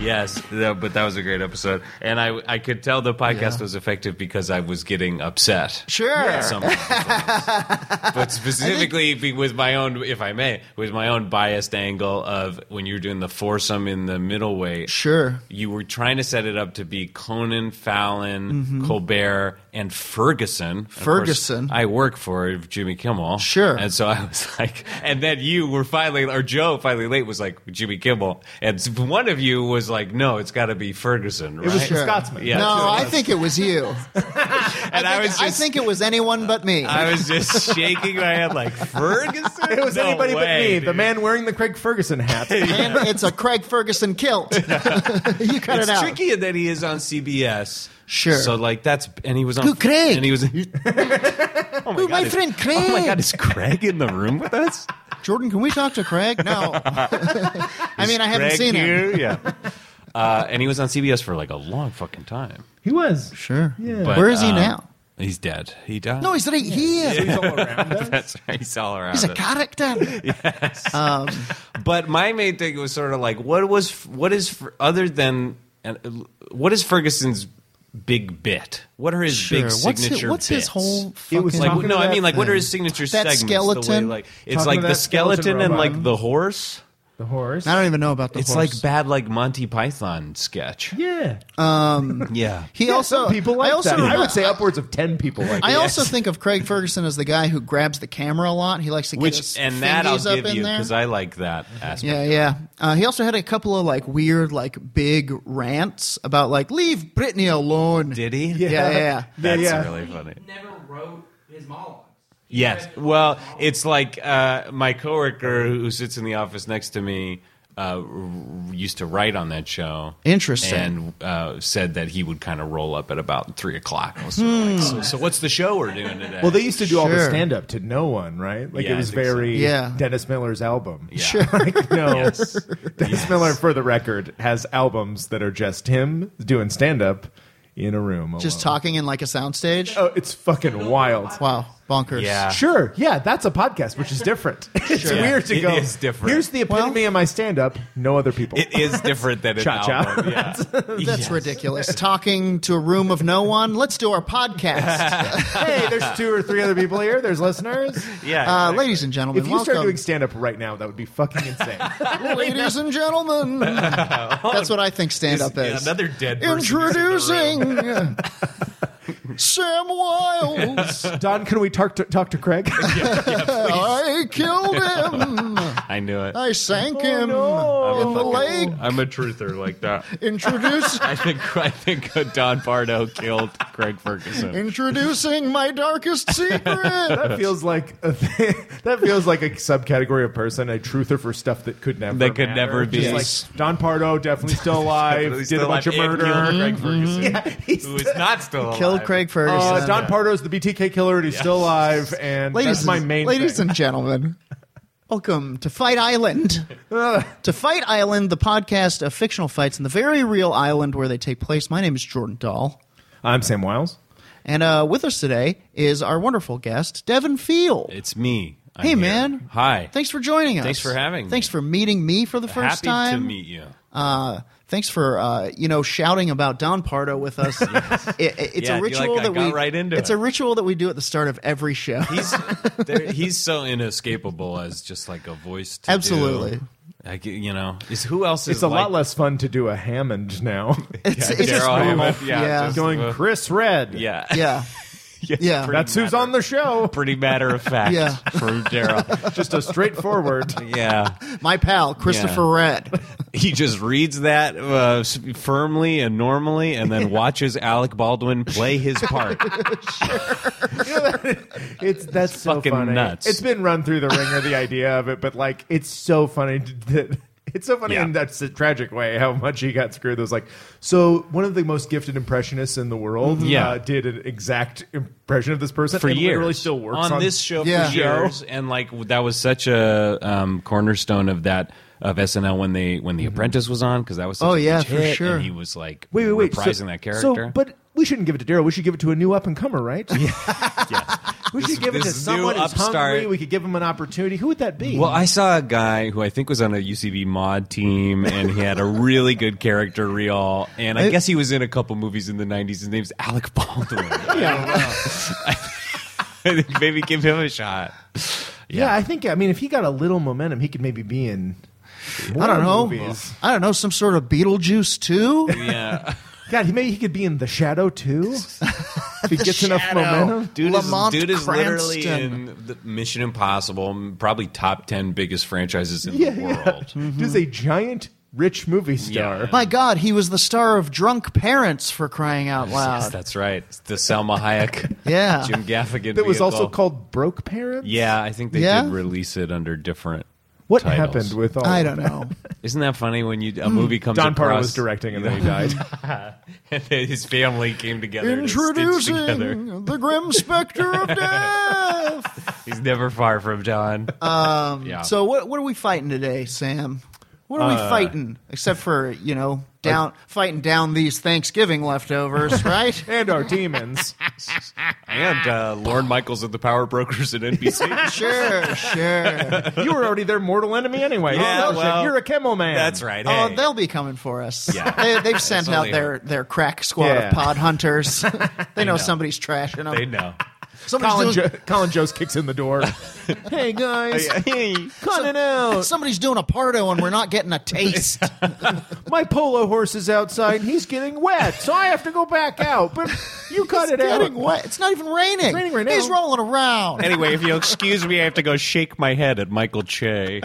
Yes, that- but that was a great episode, and I I could tell the podcast was effective because I was getting upset. Sure. at some of the films. but specifically be- with my own, if I may, with my own biased angle of when you were doing the foursome in the middleweight, Sure. you were trying to set it up to be Conan, Fallon, Colbert, and Ferguson. And of course, Mm-hmm. Ferguson. I work for Jimmy Kimmel. Sure. And so I was like, and then you were finally, or Joe finally late was like Jimmy Kimmel, and one of you was like, no, it's got to be Ferguson. Right? was Sure. Scotsman. Yeah. no, so- I think it was you. and I, was I just. think it was anyone but me. I was just shaking my head like Ferguson. It was No anybody but way, me, the dude. man wearing the Craig Ferguson hat. and it's a Craig Ferguson kilt. you cut It's it out. tricky that he is on CBS. Sure. So like that's and he was on Who, Craig? and he was. oh my, Who, my is- friend Oh my Craig? god, is Craig in the room with us? Jordan, can we talk to Craig? No. I mean, I haven't Craig seen him. here? Yeah. Uh, and he was on CBS for like a long fucking time. He was. Sure. But, Where is he um, now? He's dead. He died. No, he's right here. He's all around us. That's right. He's all around. He's a us. character. Um, But my main thing was sort of like, what was, what is, other than, and what is Ferguson's big bit? What are his sure. big What's signature? his, what's his bits? whole? It was fucking- like Talking no, to I that mean like what are thing. his signature That segments? The way, skeleton? like it's Talking like to the that skeleton skeleton, and robot. like the horse. The horse. I don't even know about the It's horse. like bad like Monty Python sketch. yeah. Yeah. he Yeah, also some people like I also that. I remember- would say upwards of 10 people like I that. also think of Craig Ferguson as the guy who grabs the camera a lot. He likes to get his Which and that I'll fingies up give in you there. because I like that aspect. Yeah, yeah. Uh, he also had a couple of like weird, like big rants about like leave Britney alone. Did he? yeah, yeah, yeah. That's yeah. really funny. never wrote his monologues. He Yes. read- Well, it's like uh, my coworker who sits in the office next to me uh, r- used to write on that show. Interesting. And uh, said that he would kind of roll up at about three o'clock. I was Hmm. sort of like, so, so what's the show we're doing today? Well, they used to do all the Sure. stand up to no one, right? Like Yeah, it was I think so. very Yeah. Dennis Miller's album. Yeah. Like, no. Yes. Dennis Yes. Miller, for the record, has albums that are just him doing stand up in a room. Alone. Just talking in like a soundstage. Oh, it's fucking wild. Wow, bonkers. Yeah. Sure. Yeah, that's a podcast, which is different. it's Yeah, weird to it go. is different. Here's the epitome of my stand up no other people. It is different than an Cha-cha. album. Yeah. That's ridiculous. Talking to a room of no one. Let's do our podcast. hey, there's two or three other people here. There's listeners. yeah Uh, ladies and gentlemen, If you welcome. start doing stand up right now, that would be fucking insane. ladies and gentlemen, that's what I think stand up Yeah, is. Oh. another dead person is in the Introducing Sam Wiles. Don, can we talk to, talk to Craig? I killed him. I knew it. I sank him no. in the lake. I'm a truther like that. Introduce, I think I think uh, Don Pardo killed Craig Ferguson. introducing my darkest secret. that feels like a thing, that feels like a subcategory of person, a truther for stuff that could never That could matter. never be. Just like Don Pardo, definitely still alive, He's did still a bunch alive of and killed murder. Craig Ferguson, he's who is not still alive. Killed Craig Ferguson. Uh, Don Pardo's the BTK killer, and he's still alive. And that's my and- main. ladies thing. and gentlemen, welcome to Fight Island. to Fight Island, the podcast of fictional fights in the very real island where they take place. My name is Jordan Dahl. I'm Sam Wiles. And uh, with us today is our wonderful guest, Devin Field. It's me. I'm hey, here. man. Hi. Thanks for joining us. Thanks for having me. Thanks for meeting me for the first Happy time. to meet you. Uh, thanks for uh, you know shouting about Don Pardo with us. It- it- it's Yeah, a you ritual like- I that got we right into It's it. a ritual that we do at the start of every show. He's there, he's so inescapable as just like a voice. To Absolutely. do. Like you know, is who else is It's a like lot less fun to do a Hammond now. it's, it's just Daryl brutal. Hammond? Yeah, yeah, just- Going Chris Red. Yeah, yeah. Yeah. pretty That's who's matter- on the show. Pretty matter of fact. Yeah. for Daryl. Just a straightforward. Yeah, My pal Christopher Red. he just reads that uh, s- firmly and normally, and then watches Alec Baldwin play his part. It's that's so fucking funny. nuts. It's been run through the ringer the idea of it, but like it's so funny. to- That, it's so funny Yeah. in that a tragic way how much he got screwed. It was like so one of the most gifted impressionists in the world. Mm-hmm. Yeah. uh, did an exact impression of this person for and years. Literally still works on, on, this show Yeah. for years, and like that was such a um, cornerstone of that of SNL when they when The Apprentice was on because that was such Oh, a yeah, huge for hit, and sure. he was like Wait, wait, wait. reprising so, that so- character. but we shouldn't give it to Daryl. We should give it to a new up and comer, right? Yeah. We should This- give it to this new someone who's upstart- hungry. We could give him an opportunity. Who would that be? well, I saw a guy who I think was on a UCB mod team, and he had a really good character reel. And I guess he was in a couple movies in the '90s. His name's Alec Baldwin. I think Maybe give him a shot. yeah. I think. I mean, if he got a little momentum, he could maybe be in. I don't more know. movies. I don't know. Some sort of Beetlejuice too. Yeah, God, he maybe he could be in The Shadow too. if he gets enough Shadow. momentum. Dude Lamont is, dude is literally Cranston. in the Mission Impossible, probably top ten biggest franchises in the world. Mm-hmm. Just a giant rich movie star. My God, he was the star of Drunk Parents for crying out Yes, loud. that's right. It's the Selma Hayek, Yeah. Jim Gaffigan. That was also vehicle. called Broke Parents. Yeah, I think they Yeah? did release it under different. What titles. happened with all? I of don't that? know. Isn't that funny when you Hmm. a movie comes? Don Pardo across, was directing and then he died. and then his family came together. to stitch together. Introducing the grim specter of death. He's never far from John. Uh, Um, yeah. So what what are we fighting today, Sam? What are we fighting? Except for you know down fighting down these Thanksgiving leftovers, right? and our demons. and uh, Lorne Michaels of the Power Brokers at NBC. sure, sure. You were already their mortal enemy anyway. Yeah, Oh, no, shit, well, you're a chemo man. That's right. Oh, hey. they'll be coming for us. Yeah. They, they've It's sent out only their, their crack squad Yeah. of pod hunters. they, know, somebody's trashing them. they know. somebody's, Colin, doing, jo- Colin Jost kicks in the door. hey guys, coming out. Oh. somebody's doing a pardo and we're not getting a taste. My polo horse is outside. and He's getting wet, so I have to go back out. But you cut it out. Getting wet. It's not even raining. raining right He's now. rolling around. Anyway, if you'll excuse me, I have to go shake my head at Michael Che.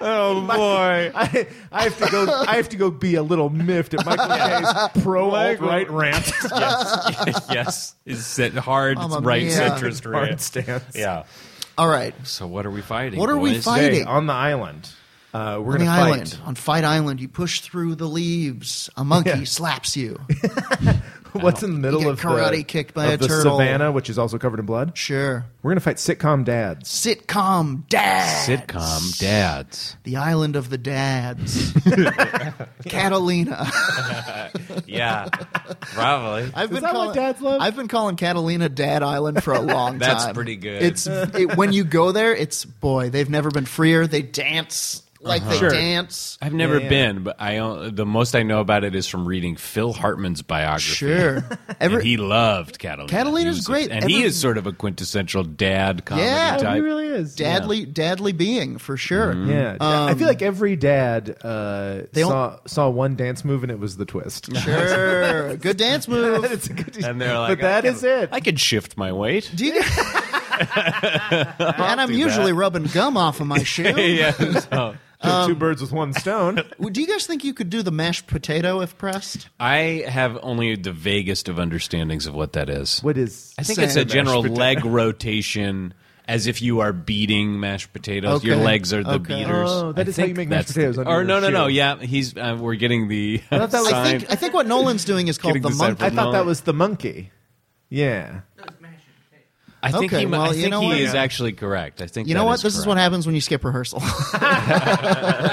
oh boy. I, I have to go. I have to go be a little miffed at Michael K's pro alt right rant yes. It's that hard Mamma right mia. centrist hard rant. stance. Yeah. All right. So what are we fighting? What are we boys? fighting? Hey, on the island, uh, we're On the gonna fight. island, on Fight Island, you push through the leaves. A monkey Yeah. slaps you. What's in the middle You get of the, karate kicked by of a the turtle. savannah, which is also covered in blood? Sure. We're gonna fight sitcom dads. Sitcom dad. Sitcom dads. The island of the dads. Catalina. Yeah. Probably. I've been that what calling, dads love? I've been calling Catalina Dad Island for a long That's time. pretty good. It's it, when you go there, it's boy, they've never been freer. They dance like they Uh-huh. Sure. dance. I've never Yeah, yeah. been, but I o- the most I know about it is from reading Phil Hartman's biography. Sure. And Every, he loved Catalina. Catalina's He was- great. and he Every- is sort of a quintessential dad comedy Yeah. type. he Oh, really is. dadly dadly being for sure. Yeah, I Um, feel like every dad uh, saw saw one dance move and it was the twist. Sure. Good dance move. It's a good- And they're like, but that I is can- it. I can shift my weight. Do you and I'm do usually that. rubbing gum off of my shoe. yeah. so- Um, Two birds with one stone. Do you guys think you could do the mashed potato if pressed? I have only the vaguest of understandings of what that is. What is? I think Same. it's a general Mashed leg rotation, as if you are beating mashed potatoes. Your Okay. legs are the Okay. beaters. Oh, that I is how you think make mashed that's- potatoes, under Or your no, no, no. shoe. Yeah, he's. Uh, we're getting the. thought that was- I sign. think I think what Nolan's doing is called Getting the this out monkey. I from thought that Nolan. was the monkey. Yeah. I think Okay, he, mu- well, I you think know he what? is actually correct. I think You know that what? is This is what happens when you skip rehersal.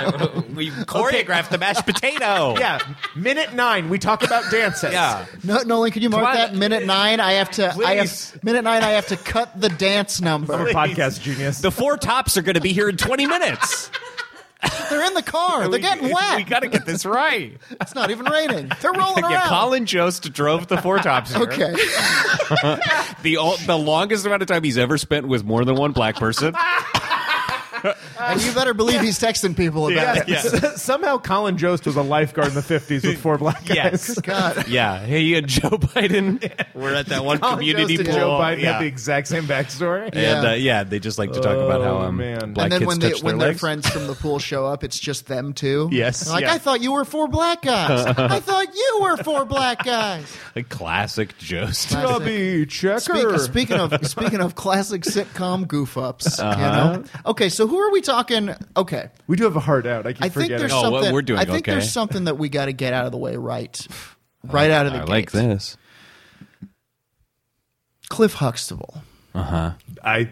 correct. we choreographed the mashed potato. Yeah. Minute nine, we talk about dances. yeah. No, Nolan, could you mark on. that minute nine? I have to. I Please. have minute nine. I have to cut the dance number. Podcast genius. The four tops are going to be here in twenty minutes. They're in the car. They're getting We wet. got to get this right. it's not even raining. They're rolling yeah, around. Colin Jost drove the four tops. here. okay. The all, the longest amount of time he's ever spent with more than one black person. And you better believe he's texting people about it. Somehow Colin Jost was a lifeguard in the 50s with four black guys. Yes. God. Yeah. Hey, uh, Joe Biden. We're at that one Colin community Jost pool. and Joe Biden yeah. had the exact same backstory. and Yeah. uh, yeah, they just like to talk about how Oh, um, man. black and then kids when, they, touch when their their legs. friends from the pool show up, it's just them two. Yes, They're Like, yeah. I thought you were four black guys. I thought you were four black guys. A classic Jost. Chubby checker. Speak, speaking of speaking of classic sitcom goof ups, you Uh-huh. know. Okay, so who are we talking? Okay, we do have a heart out. I keep I think forgetting. there's Oh, what something. we're doing, I think okay. there's something that we got to get out of the way right, right out of the I gate. like this. Cliff Huxtable, I,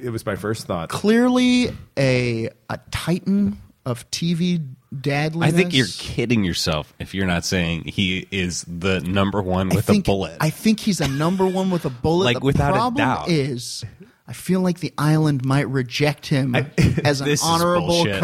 it was my first thought. clearly a a titan of TV dadliness. I think you're kidding yourself if you're not saying he is the number one I with think, a bullet. I think he's a number one with a bullet. Like, the without a problem doubt. is, I feel like the island might reject him as an This is honorable bullshit.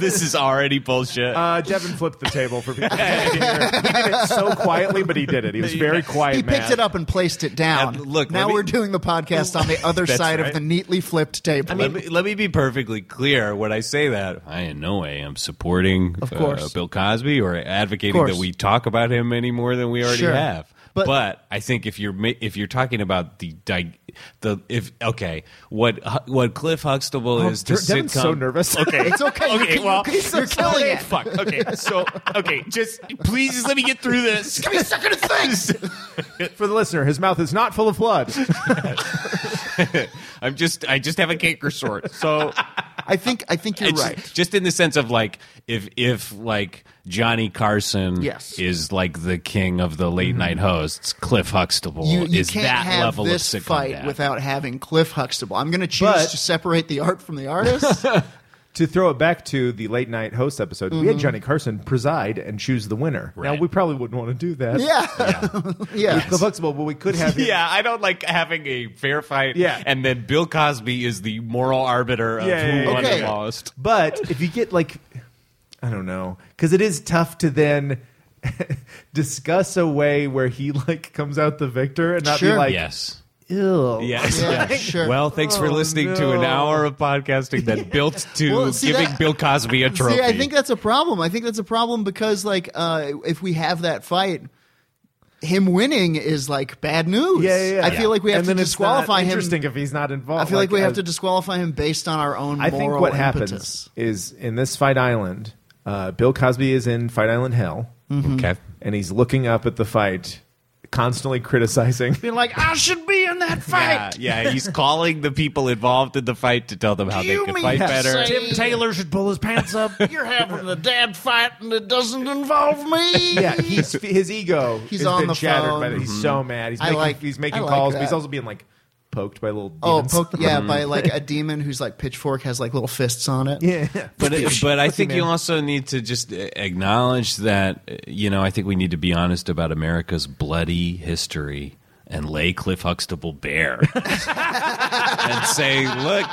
this is already bullshit. Uh, Devin flipped the table for people. he did it so quietly, but he did it. He was very quiet. He man. picked it up and placed it down. And look, now let me- we're doing the podcast on the other That's side right. of the neatly flipped table. let, me, let me be perfectly clear. When I say that, I in no way am supporting Of course. Uh, Bill Cosby or advocating course. that we talk about him any more than we already Sure. have. But- But, I think if you're ma- if you're talking about the di- the if okay what Hu- what Cliff Huxtable Oh, is to Devin's sitcom so nervous. okay It's okay. You okay can- well you can- you're killing it. fuck okay so okay just please just let me get through this give me a second of things For the listener, his mouth is not full of blood. I'm just I just have a canker sore so I think I think you're It's right. Just in the sense of like if if like Johnny Carson Yes. Mm-hmm. is like the king of the late night hosts, Cliff Huxtable You, you is can't that have level this of sitcom fight dad. without having Cliff Huxtable. I'm going to choose But- to separate the art from the artist. to throw it back to the late night host episode, Mm-hmm. we had Johnny Carson preside and choose the winner. Now Right. we probably wouldn't want to do that. yeah, yeah. The flexible, but we could have. him- Yeah, I don't like having a fair fight. Yeah. and then Bill Cosby is the moral arbiter of Yeah, yeah, who yeah. won Okay. and lost. But if you get like, I don't know, because it is tough to then discuss a way where he like comes out the victor and not Sure. be like, Yes. ew. Yes. Yeah, sure. Well, thanks for Oh, listening to an no. hour of podcasting that built to Well, see, giving that- Bill Cosby a trophy. See, I think that's a problem. I think that's a problem because, like, uh, if we have that fight, him winning is like bad news. Yeah, yeah, yeah. I feel like we have and to then it's not disqualify him. Interesting if he's not involved. I feel like, we have as- to disqualify him based on our own. I moral think what impetus. happens is in this Fight Island, uh, Bill Cosby is in Fight Island Hell, Hmm. okay. and he's looking up at the fight, constantly criticizing. Being like, I should be in that Yeah, fight. yeah, he's calling the people involved in the fight to tell them how they you can mean fight to better. say- Tim Taylor should pull his pants up. You're having a dad fight and it doesn't involve me. yeah, he's, his ego He's has on been the shattered phone. Mm-hmm. by that. He's so mad. He's I making, like- he's I making like calls, but that. he's also being like poked by little. Oh, demons. poke, yeah, by like a demon who's like pitchfork has like little fists on it. Yeah. But uh, but I think man. you also need to just uh, acknowledge that uh, you know I think we need to be honest about America's bloody history and lay Cliff Huxtable bare and say, look,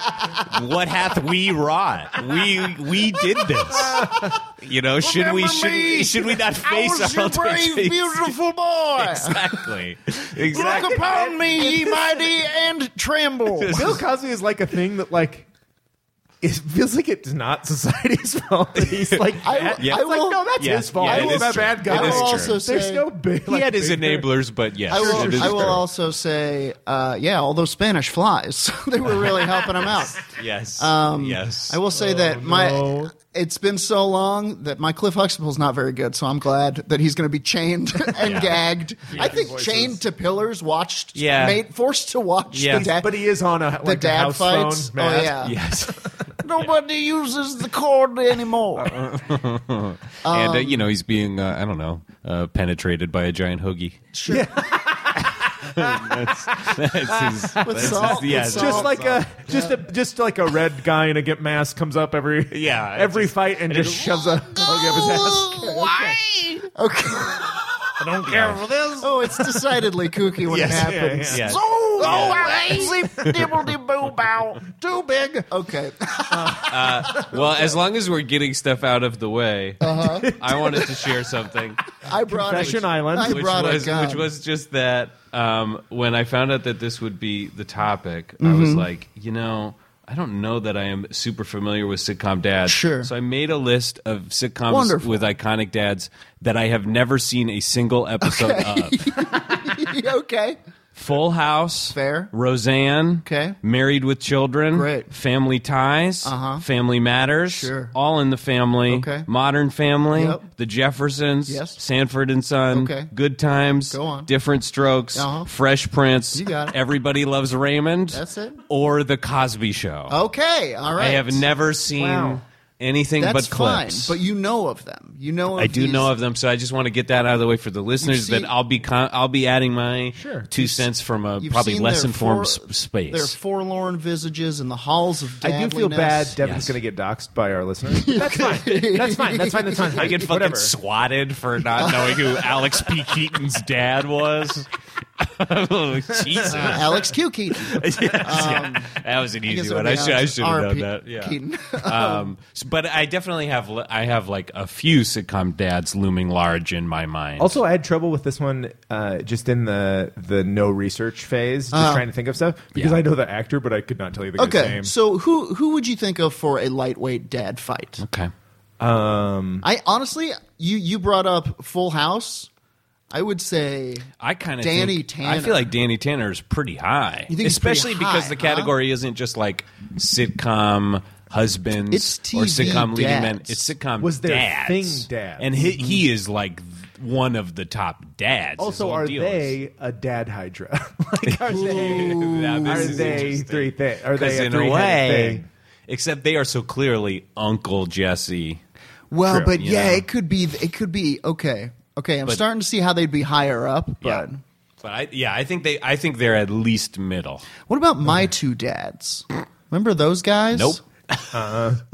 what hath we wrought? We we did this. You know, should we Remember should me. we, should we not I face was our your brave, altercation? beautiful boy. Exactly. Look Exactly. upon me, ye mighty, and tremble. Bill Cosby is like a thing that like. It feels like it's not society's fault. that He's like, I- that. Yeah. I It's like, will- no, that's Yeah, his fault. yeah, I it was is a true. bad guy. It is I will true. also There's say- no big. he like, had his big- enablers, but yes, I it is will, I will true. also say, uh, yeah, all those Spanish flies, they were really helping him out. Yes, yes. um, I will say Oh, that my it's been so long that my Cliff Huxtable's not very good, so I'm glad that he's going to be chained and Yeah. gagged. I think Voices. chained to pillars, watched, Yeah. made, forced to watch. Yeah. the dad, But he is on a like the a dad house phone, fights. Matt. Oh yeah, Yes, nobody uses the cord anymore. Uh-uh. and um, uh, you know he's being uh, I don't know uh, penetrated by a giant hoagie. Sure. That's his, With that's salt, his, yeah, with just salt. like a just a just like a red guy in a get mask comes up every Yeah, it every just- fight and just shoves a hug up his ass. Okay. I don't care for this. Oh, it's decidedly kooky when it Yes. happens. yeah. So Go away! Sleep dibbledy boo bow. Too big. Okay. Well, as long as we're getting stuff out of the way, I wanted to share something. I brought Confession a, Island. I Which brought was, a gun. Which was just that um, when I found out that this would be the topic, I was Mm-hmm. like, you know, I don't know that I am super familiar with sitcom dads. Sure. So I made a list of sitcoms Wonderful. with iconic dads that I have never seen a single episode of. uh, okay. Full House. Fair. Roseanne. Okay. Married with Children. Great. Family Ties. Uh-huh. Family Matters. Sure. All in the Family. Okay. Modern Family. Yep. The Jeffersons. Yes. Sanford and Son. Okay. Good Times. Go on. Different Strokes. Uh-huh. Fresh Prince. You got it. Everybody Loves Raymond. That's it. Or The Cosby Show. Okay. All right. I have never seen Wow. anything That's but fine, clips. but you know of them. You know. Of I do these- know of them, so I just want to get that out of the way for the listeners that You've seen- I'll be con- I'll be adding my Sure. two cents from a you've probably seen less their informed for- s- Their space. forlorn visages and the halls of. I do feel bad. dabbliness. Devin's Yes. going to get doxxed by our listeners. That's fine. That's fine. That's fine. That's fine. I get fucking Whatever. swatted for not knowing who Alex P. Keaton's dad was. oh, Jesus, Uh, Alex Q Keaton. Yes, yeah. that was an I guess easy it one. would be I should I Alex should have R. known P. that. Yeah. Keaton. um, s- but I definitely have li- I have like a few sitcom dads looming large in my mind. Also, I had trouble with this one uh, just in the the no research phase, just Uh-huh. trying to think of stuff because Yeah. I know the actor, but I could not tell you the guy's okay, name. so who who would you think of for a lightweight dad fight? okay. Mm-hmm. Um, I honestly, you you brought up Full House. I would say I kind of Danny think, Tanner. I feel like Danny Tanner is pretty high, You think he's pretty especially high, because the huh? category isn't just like sitcom husbands It's TV or sitcom leading men. dads. It's sitcom Was their dads. thing dads. and he, he is like th- one of the top dads. His also, whole are deal they a dad hydra? like, are they? Is, Now, this Are is they interesting. three thi- are they 'Cause a in a three-headed way? thing? Except they are so clearly Uncle Jesse. Well, True. but Yeah. yeah, it could be. It could be okay. Okay, I'm But- starting to see how they'd be higher up. But Yeah. But I, yeah, I think they. I think they're at least middle. what about my two dads? Remember those guys? Nope. I,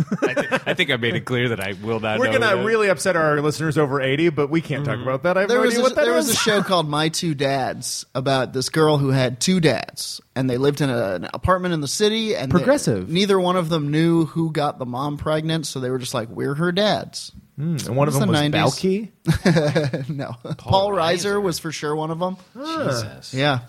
thi- I think I made it clear that I will not. Uh-huh. We're know gonna who- really upset our listeners over eighty, but we can't talk about that. I have Mm-hmm. There no was idea a, what that there is. was a show called My Two Dads about this girl who had two dads, and they lived in a, an apartment in the city. And they- Progressive. neither one of them knew who got the mom pregnant, so they were just like, "We're her dads." and one of It's them the was 90s. Balky. no, Paul, Reiser was for sure one of them. Jesus. Yeah,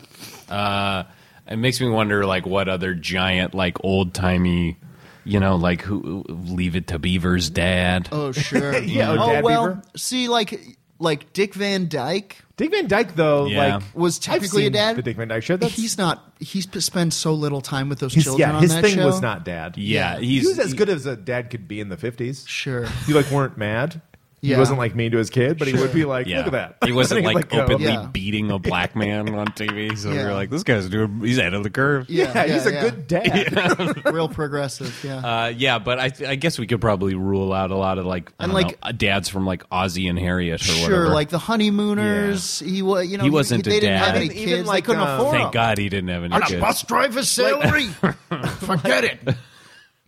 Uh, it makes me wonder, like, what other giant, like, old timey, you know, like, who Leave It to Beaver's dad? Oh sure. Yeah, oh, Oh Dad well. Beaver. See, like like Dick Van Dyke Dick Van Dyke, though, Yeah. like was I've technically a seen dad. The Dick Van Dyke show. That's, he's not. He's p- spent so little time with those his, children. yeah, on his that thing show. was not dad. yeah, he he's was as good as a dad could be in the fifties. Sure. You like weren't mad. He Yeah. wasn't like mean to his kid, but he would be like, yeah. "Look at that." oh, uh, He wasn't like go. openly Yeah. beating a black man on TV. So we Yeah. were like, this guy's doing, he's ahead of the curve. Yeah, Yeah, he's yeah, a yeah. good dad. real progressive. Yeah. Uh, yeah, but I, th- I guess we could probably rule out a lot of like, I And, don't like- know, dads from like Ozzy and Harriet or sure. whatever. Like the honeymooners. He was. You know. He wasn't They a didn't have dad. any Even- kids. even they like, couldn't um, afford Thank them. God he didn't have any On a kids. bus driver's salary. Forget it.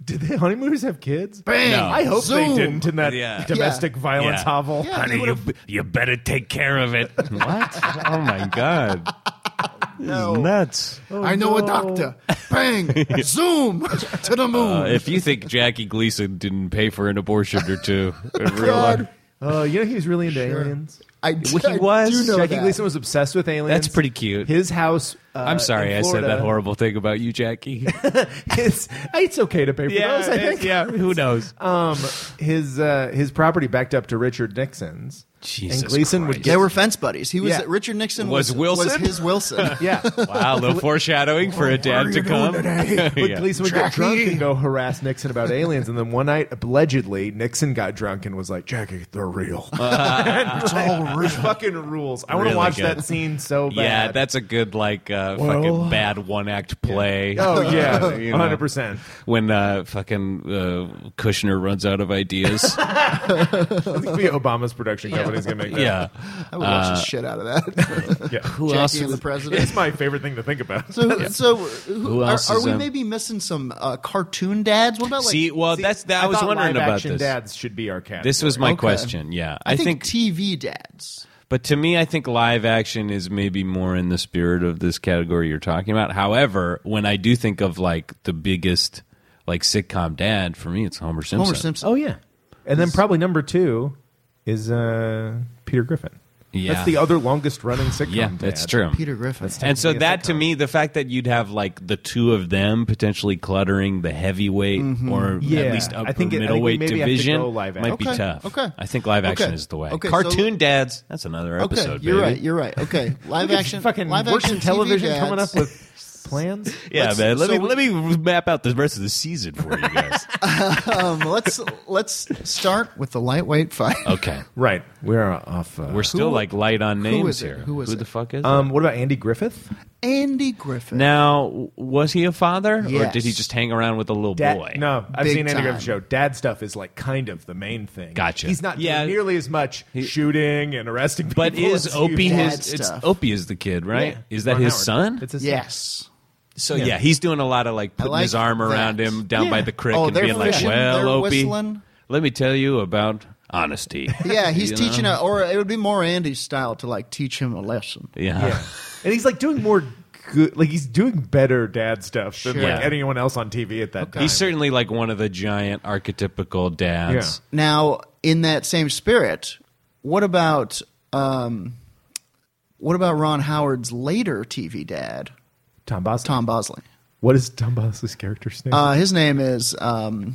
Did the honeymooners have kids? Bang. No. I hope they Zoom. didn't in that Yeah. domestic Yeah. violence Yeah. hovel. Yeah, they would've- b- you better take care of it. what? Oh my god. Oh. No. Nuts. I know a doctor. Bang. Zoom to the moon. Uh, if you think Jackie Gleason didn't pay for an abortion or two in real life, Oh, you know he was really into aliens. I, he was- I do know Jackie that. Gleason was obsessed with aliens. That's pretty cute. His house. Uh, I'm sorry in I said that Florida- horrible thing about you, Jackie. It's, it's okay to pay for those. I think. yeah. Who knows? Um, his uh, his property backed up to Richard Nixon's. Jesus and Gleason Christ. would They get. were fence buddies. He was Yeah. Richard Nixon Was was, Wilson? his Wilson. yeah. Wow, a little foreshadowing for a dad to come. But Yeah. Gleason would get drunk and go harass Nixon about aliens, and then one night, allegedly, Nixon got drunk and was like, "Jackie, they're real. it's all real. Fucking rules. I want to Really watch good. that scene so bad. Yeah, that's a good like uh, fucking bad one act play. Oh yeah, Uh, one you know, hundred percent. When uh, fucking uh, Kushner runs out of ideas. I think the Obama's production company's gonna make that. yeah. I would watch the shit out of that. Yeah. Who Jackie else? and the was- President. It's my favorite thing to think about. So, so uh, who, Who are, else are is, we um, maybe missing some uh, cartoon dads? What about like? See, well, that's that. I, was thought wondering live about action this. Dads should be our cat. This was my Okay. question. Yeah, I, think, TV dads. But to me, I think live action is maybe more in the spirit of this category you're talking about. However, when I do think of like the biggest like sitcom dad, for me, it's Homer Simpson. Homer Simpson. Oh yeah, and then probably number two is uh, Peter Griffin. Yeah. that's the other longest running sitcom. Yeah, dad. that's true. Peter Griffin. and so a that to me, the fact that you'd have like the two of them potentially cluttering the heavyweight Mm-hmm. or Yeah. at least upper I think it- I think we middleweight maybe have to division go live might be action. tough. Okay. I think live action Okay. is the way. Okay, so- Cartoon dads, that's another okay, episode. you're baby. right. You're right. Okay, live Look at action. Fucking live works action in television TV dads. coming up with plans. Yeah, Let's- man. Let so me we- let me map out the rest of the season for you guys. Um, let's let's start with the lightweight fight. okay, Right, we are off. Uh, we're still like light on names is it? here. Who is who it? the fuck is? it? um, what about Andy Griffith? Andy Griffin. now, w- was he a father, or Yes. did he just hang around with a little Dad, boy? No, I've Big seen Andy time. Griffith show. Dad stuff is like kind of the main thing. Gotcha. He's not Yeah. doing nearly as much shooting and arresting people. But is as you Opie do. dad his? It's stuff. Opie is the kid, right? Yeah. Is that Ron his Howard. son? It's his yes. so yeah. he's doing a lot of like putting like his arm that. around him down by the creek Oh, and they're being like, fishing, "Well, they're Opie, whistling. let me tell you about honesty." Yeah, he's You know? teaching, a, or it would be more Andy's style to like teach him a lesson. Yeah. son. Yeah. and he's like doing more good. Like he's doing better dad stuff than Sure. like anyone else on TV at that time. He's certainly like one of the giant archetypical dads. Now, in that same spirit, what about um, what about Ron Howard's later TV dad, Tom Bosley. Tom Bosley? What is Tom Bosley's character's name? Uh, his name is um,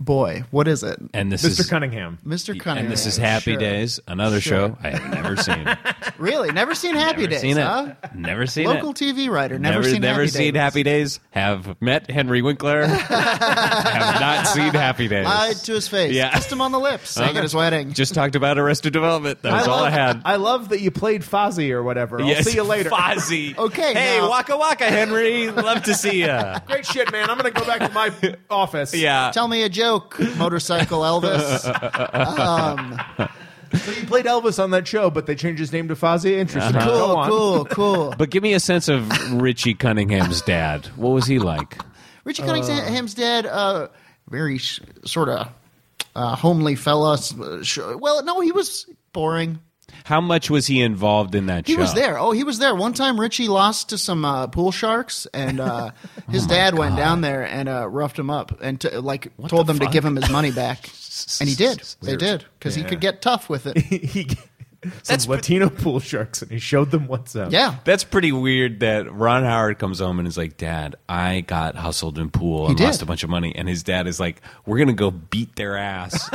boy. What is it, And this Mr. is Cunningham. Mr. Cunningham? And this is Happy Sure. Days, another Sure. show I have never seen. Really, never seen Happy never Days. seen it. huh? Never seen Local it. TV writer. Never, seen. never Happy seen Days. Happy Days. Have met Henry Winkler. have not seen Happy Days. Lied to his face. Yeah. Kissed him on the lips. Sang at his wedding. Just talked about Arrested Development. That was all I had. I love that you played Fozzie or whatever. Yes. I'll see you later. Fozzie. Okay, Hey, now- Waka Waka, Henry. Love to see you. Great shit, man. I'm gonna go back to my office. Yeah. Tell me a joke, motorcycle Elvis. So you played Elvis on that show, but they changed his name to Fozzie. Interesting. Uh-huh. Go cool, on. cool, cool. But give me a sense of Richie Cunningham's dad. What was he like? Richie Cunningham's dad, uh, very sh- sort of uh, homely fella. s- uh, sh- well, no, he was boring. How much was he involved in that He show? was there. Oh, he was there. One time, Richie lost to some uh, pool sharks, and uh, his Oh dad went down there and uh, roughed him up and t- like told the them to fuck? give him his money back. and he did. They Weird. did because Yeah. he could get tough with it. he, he that's Latino pool sharks, and he showed them what's up. Yeah. That's pretty weird that Ron Howard comes home and is like, Dad, I got hustled in pool and did. lost a bunch of money. And his dad is like, We're going to go beat their ass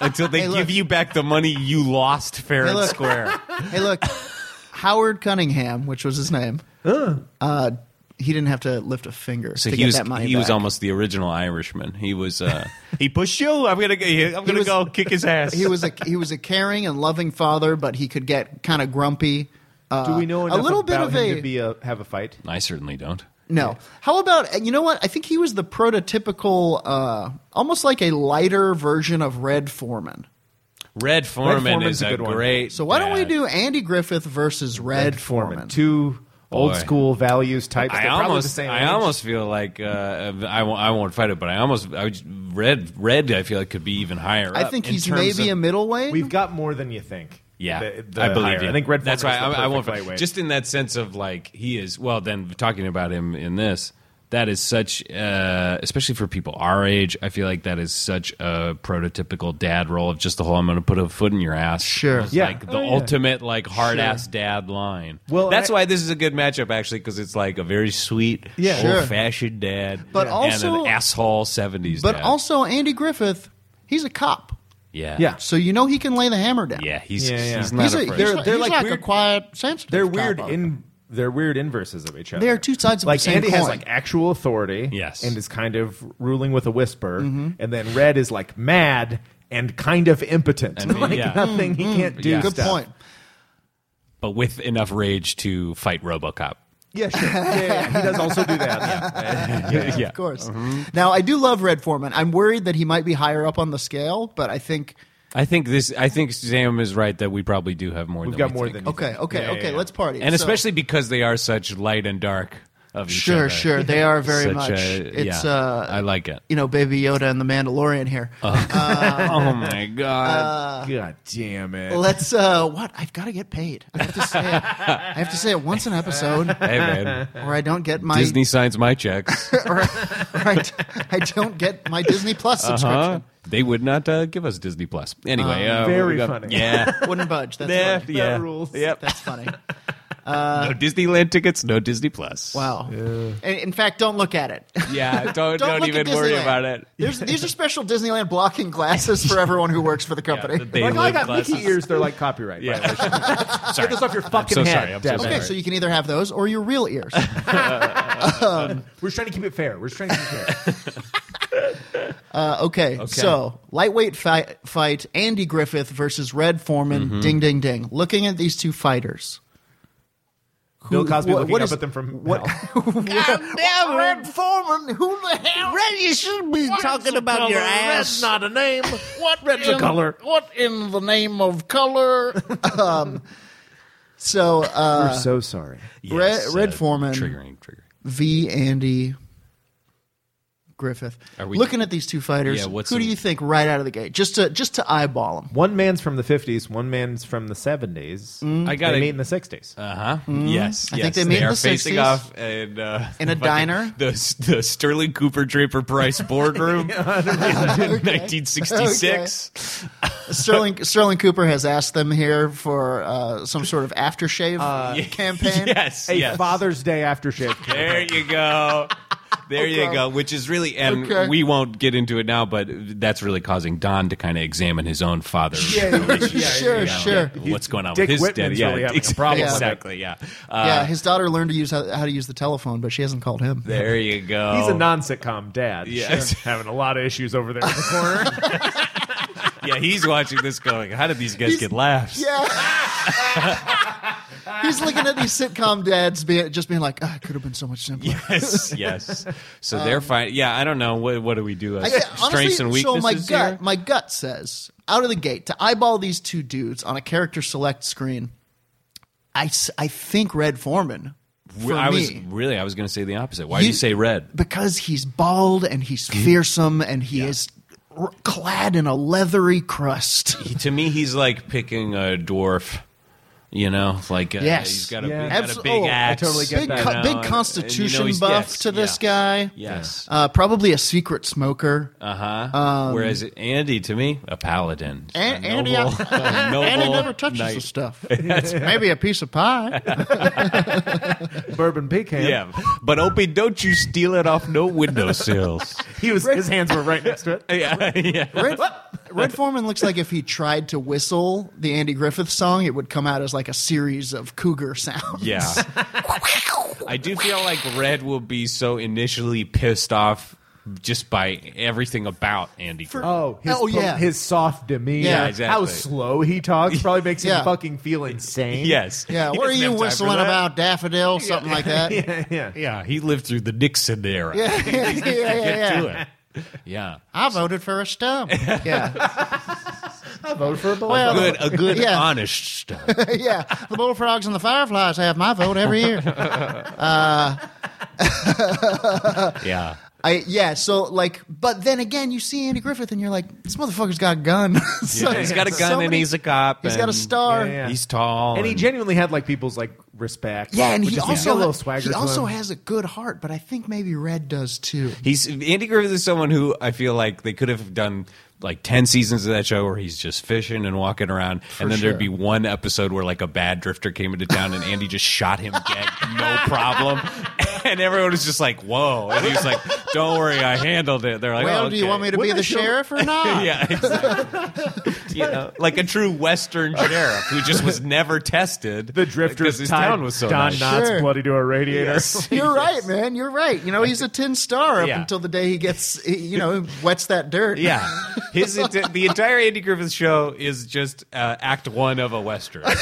until they Hey, look. give you back the money you lost fair Hey, and look. square. Hey, look, Howard Cunningham, which was his name. Uh, he didn't have to lift a finger So to he get was that money he was back. almost the original Irishman. He was uh, he pushed you. I'm gonna go- I'm gonna was- go kick his ass. he was a he was a caring and loving father, but he could get kind of grumpy. Uh, Do we know a enough little bit about of him a to be a have a fight? I certainly don't. no? How about you know what? I think he was the prototypical, uh, almost like a lighter version of Red Foreman. Red Foreman Foreman's is a a, good one. great. So why don't we dad. do Andy Griffith versus Red, Foreman? Two old Boy. school values types. I They're probably almost, the same I age. almost feel like uh, I, won't, I won't fight it, but I almost, I would- red, red. I feel like could be even higher. I up think in he's terms maybe of- a middleweight. We've got more than you think. Yeah, The- the I believe higher. you. I think Red. That's why Foreman's the I, I won't. perfect lightweight. Just in that sense of like he is. Well, then talking about him in this, that is such, uh, especially for people our age. I feel like that is such a prototypical dad role of just the whole. I'm going to put a foot in your ass. Sure. It's Yeah. like the Oh, yeah. ultimate like hard ass dad line. Well, that's I- why this is a good matchup actually because it's like a very sweet, Yeah. Sure. old fashioned dad, But and also- an asshole seventies. but dad. also Andy Griffith, he's a cop, yeah, yeah. so you know he can lay the hammer down. yeah. He's Yeah, yeah. he's not he's, a, afraid. they're, They're- they're like, like a weird- quiet, sensitive. they're cop weird out in they're weird inverses of each other. They are two sides of like the same Andy coin. has like actual authority, Yes. and is kind of ruling with a whisper, Mm-hmm. and then Red is like mad and kind of impotent, And, like yeah. nothing he can't do. Yeah. Mm-hmm. Good stuff. point. but with enough rage to fight RoboCop. Yeah, sure. Yeah, yeah, he does also do that. Yeah, Of course. Now I do love Red Foreman. I'm worried that he might be higher up on the scale, but I think I think this. I think Sam is right that we probably do have more. We've than got we more think. than you okay, think. okay, Yeah, yeah, okay, yeah. let's party. and So- especially because they are such light and dark. of each Sure, other. sure. They are very Such much. a- it's yeah, uh, I like it. you know, Baby Yoda and the Mandalorian here. uh, oh my god! God damn it. Let's uh, what? I've got to get paid. I have to say it. I have to say it once an episode, hey man, or I don't get my Disney signs my checks. or, or I, I don't get my Disney Plus subscription. Uh-huh. They would not uh, give us Disney Plus. Anyway, Um, uh, very we got- funny. Yeah. Wouldn't budge. That's yeah, funny. yeah. rules. Yep. That's funny. no Disneyland tickets, no Disney Plus. Wow. In in fact, don't look at it. Yeah, don't don't, Don't look at even worry Disneyland. about it. There's, these are special Disneyland blocking glasses for everyone who works for the company. They Like, I live got glasses. Mickey ears. They're like copyright. Yeah. violation. Get this off your fucking so head. sorry, I'm so Deb. sorry. okay, so you can either have those or your real ears. Uh, We're just trying to keep it fair. We're just trying to keep it fair. Uh, okay, so lightweight fi- fight Andy Griffith versus Red Foreman. Mm-hmm. Ding, ding, ding. Looking at these two fighters. Bill Cosby wh- looking what up is- at them from what- hell. Red Foreman, who the hell? Red, you shouldn't be talking about your ass. not a name. What Red's a in- color. What in the name of color? um, so uh, We're so sorry. Yes, Red- Red uh, Foreman. triggering, triggering. v. Andy Griffith. Are we- Looking at these two fighters, Yeah, what's who do the- you think right out of the gate? Just to just to eyeball them. One man's from the 50s, one man's from the 70s. Mm. Hmm. I They got meet in the 60s. Uh huh. Yes. I yes. think they made in are the facing 60s. off in, uh, In a fucking- diner? The, the Sterling Cooper Draper Price boardroom in 1966. Sterling Sterling Cooper has asked them here for uh, some sort of aftershave campaign. Yes. a yes. Father's Day aftershave. There you go. There you go. Which is really, and Okay. we won't get into it now, but that's really causing Don to kind of examine his own father. sure, sure. What's going on Dick with his Whitman's daddy? Yeah, really having a ex- problem with it. exactly. Yeah. Uh, Yeah, his daughter learned to use how, how to use the telephone, but she hasn't called him. There you go. He's a non-sitcom dad. Yeah. He's having a lot of issues over there in the corner. yeah, he's watching this going, how did these guys He's- get laughs? Yeah. He's looking at these sitcom dads being, just being like, ah, it could have been so much simpler. yes, yes. So they're fine. Yeah, I don't know. What what do we do? Uh, I- strengths honestly, and weaknesses So my gut, here? my gut says out of the gate to eyeball these two dudes on a character select screen. I, s- I think Red Foreman for I was me really I was going to say the opposite. Why do you say red? because he's bald and he's fearsome and he is r- clad in a leathery crust. He- to me, he's like picking a dwarf. You know, like uh, Yes. he's got a, Yeah. he's got a Abso- big oh, I axe. totally get Big, that. co- you know, and- and big you know constitution he's- buff yes, to this yeah. guy. Yes. Uh, probably a secret smoker. Uh huh. Whereas Andy, to me, a paladin. A An- Andy, noble- I- a noble and he never touches knight. the stuff. Maybe a piece of pie. Bourbon pecan. Yeah, but Opie, don't you steal it off no windowsills. He was, his hands were right next to it. yeah, yeah. Red, Red Foreman looks like if he tried to whistle the Andy Griffith song, it would come out as like a series of cougar sounds. Yeah. I do feel like Red will be so initially pissed off just by everything about Andy. Griffith. Oh, his, Oh, yeah. his soft demeanor. Yeah, exactly. How slow he talks probably makes him Yeah. fucking feel insane. yes. Yeah, He what are doesn't have you time for whistling that. about, daffodil, something like that? Yeah, Yeah, yeah. Yeah, he lived through the Nixon era. yeah, yeah. yeah. Do it. Yeah. I voted for a stump. Yeah, I voted for a bulldog. Well- Good, a good, Oh. Yeah. honest stuff. yeah. The bullfrogs and the fireflies have my vote every year. Yeah. I yeah. So like, but then again, you see Andy Griffith, and you're like, this motherfucker's got a gun. So- he's got a gun so and many- he's a cop. he's got a and star. Yeah, yeah. He's tall. and he genuinely had like people's like respect. Yeah, and which he is- also a little swagger. he to also him. has a good heart, but I think maybe Red does too. He's Andy Griffith is someone who I feel like they could have done like ten seasons of that show where he's just fishing and walking around, and then sure. there'd be one episode where like a bad drifter came into town and Andy just shot him dead, no problem, and everyone was just like, "Whoa!" And he was like, "Don't worry, I handled it." They're like, well, oh, do you okay." want me to be Wouldn't the it show- sheriff or not? Yeah, exactly. you know, like a true Western sheriff who just was never tested. the drifters. because his tied town was so Don nice. Knotts Sure. bloody to a radiator. You're right, man. You're right. You know, he's a tin star up Yeah. until the day he gets, you know, wets that dirt. Yeah, his ent- the entire Andy Griffith show is just uh, Act One of a western.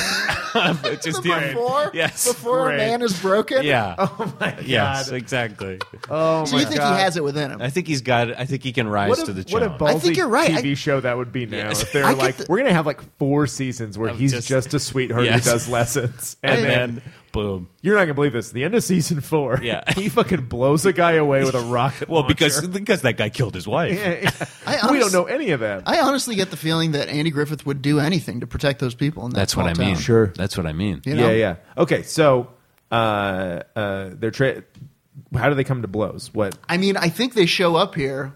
It's just the- Before, yes, before Great. a man is broken. yeah. Oh my god. Yes, exactly. Oh So my you think God. he has it within him? I think he's got. I think he can rise What a, to the what a challenge. ballsy I think you're right. I- TV show that would be now. Yes. If they're I get like, the- we're gonna have like four seasons where Of he's just- just, a sweetheart Yes. who does lessons, and, and then then, Boom. You're not gonna believe this. The end of season four. Yeah. he fucking blows a guy away with a rocket. Well, because launcher. because that guy killed his wife. Yeah, yeah. I we honest- don't know any of that. I honestly get the feeling that Andy Griffith would do anything to protect those people. In that That's what small I mean. town. Sure. That's what I mean. You yeah, know? yeah. Okay, so uh, uh, they're tra- how do they come to blows? What I mean, I think they show up here.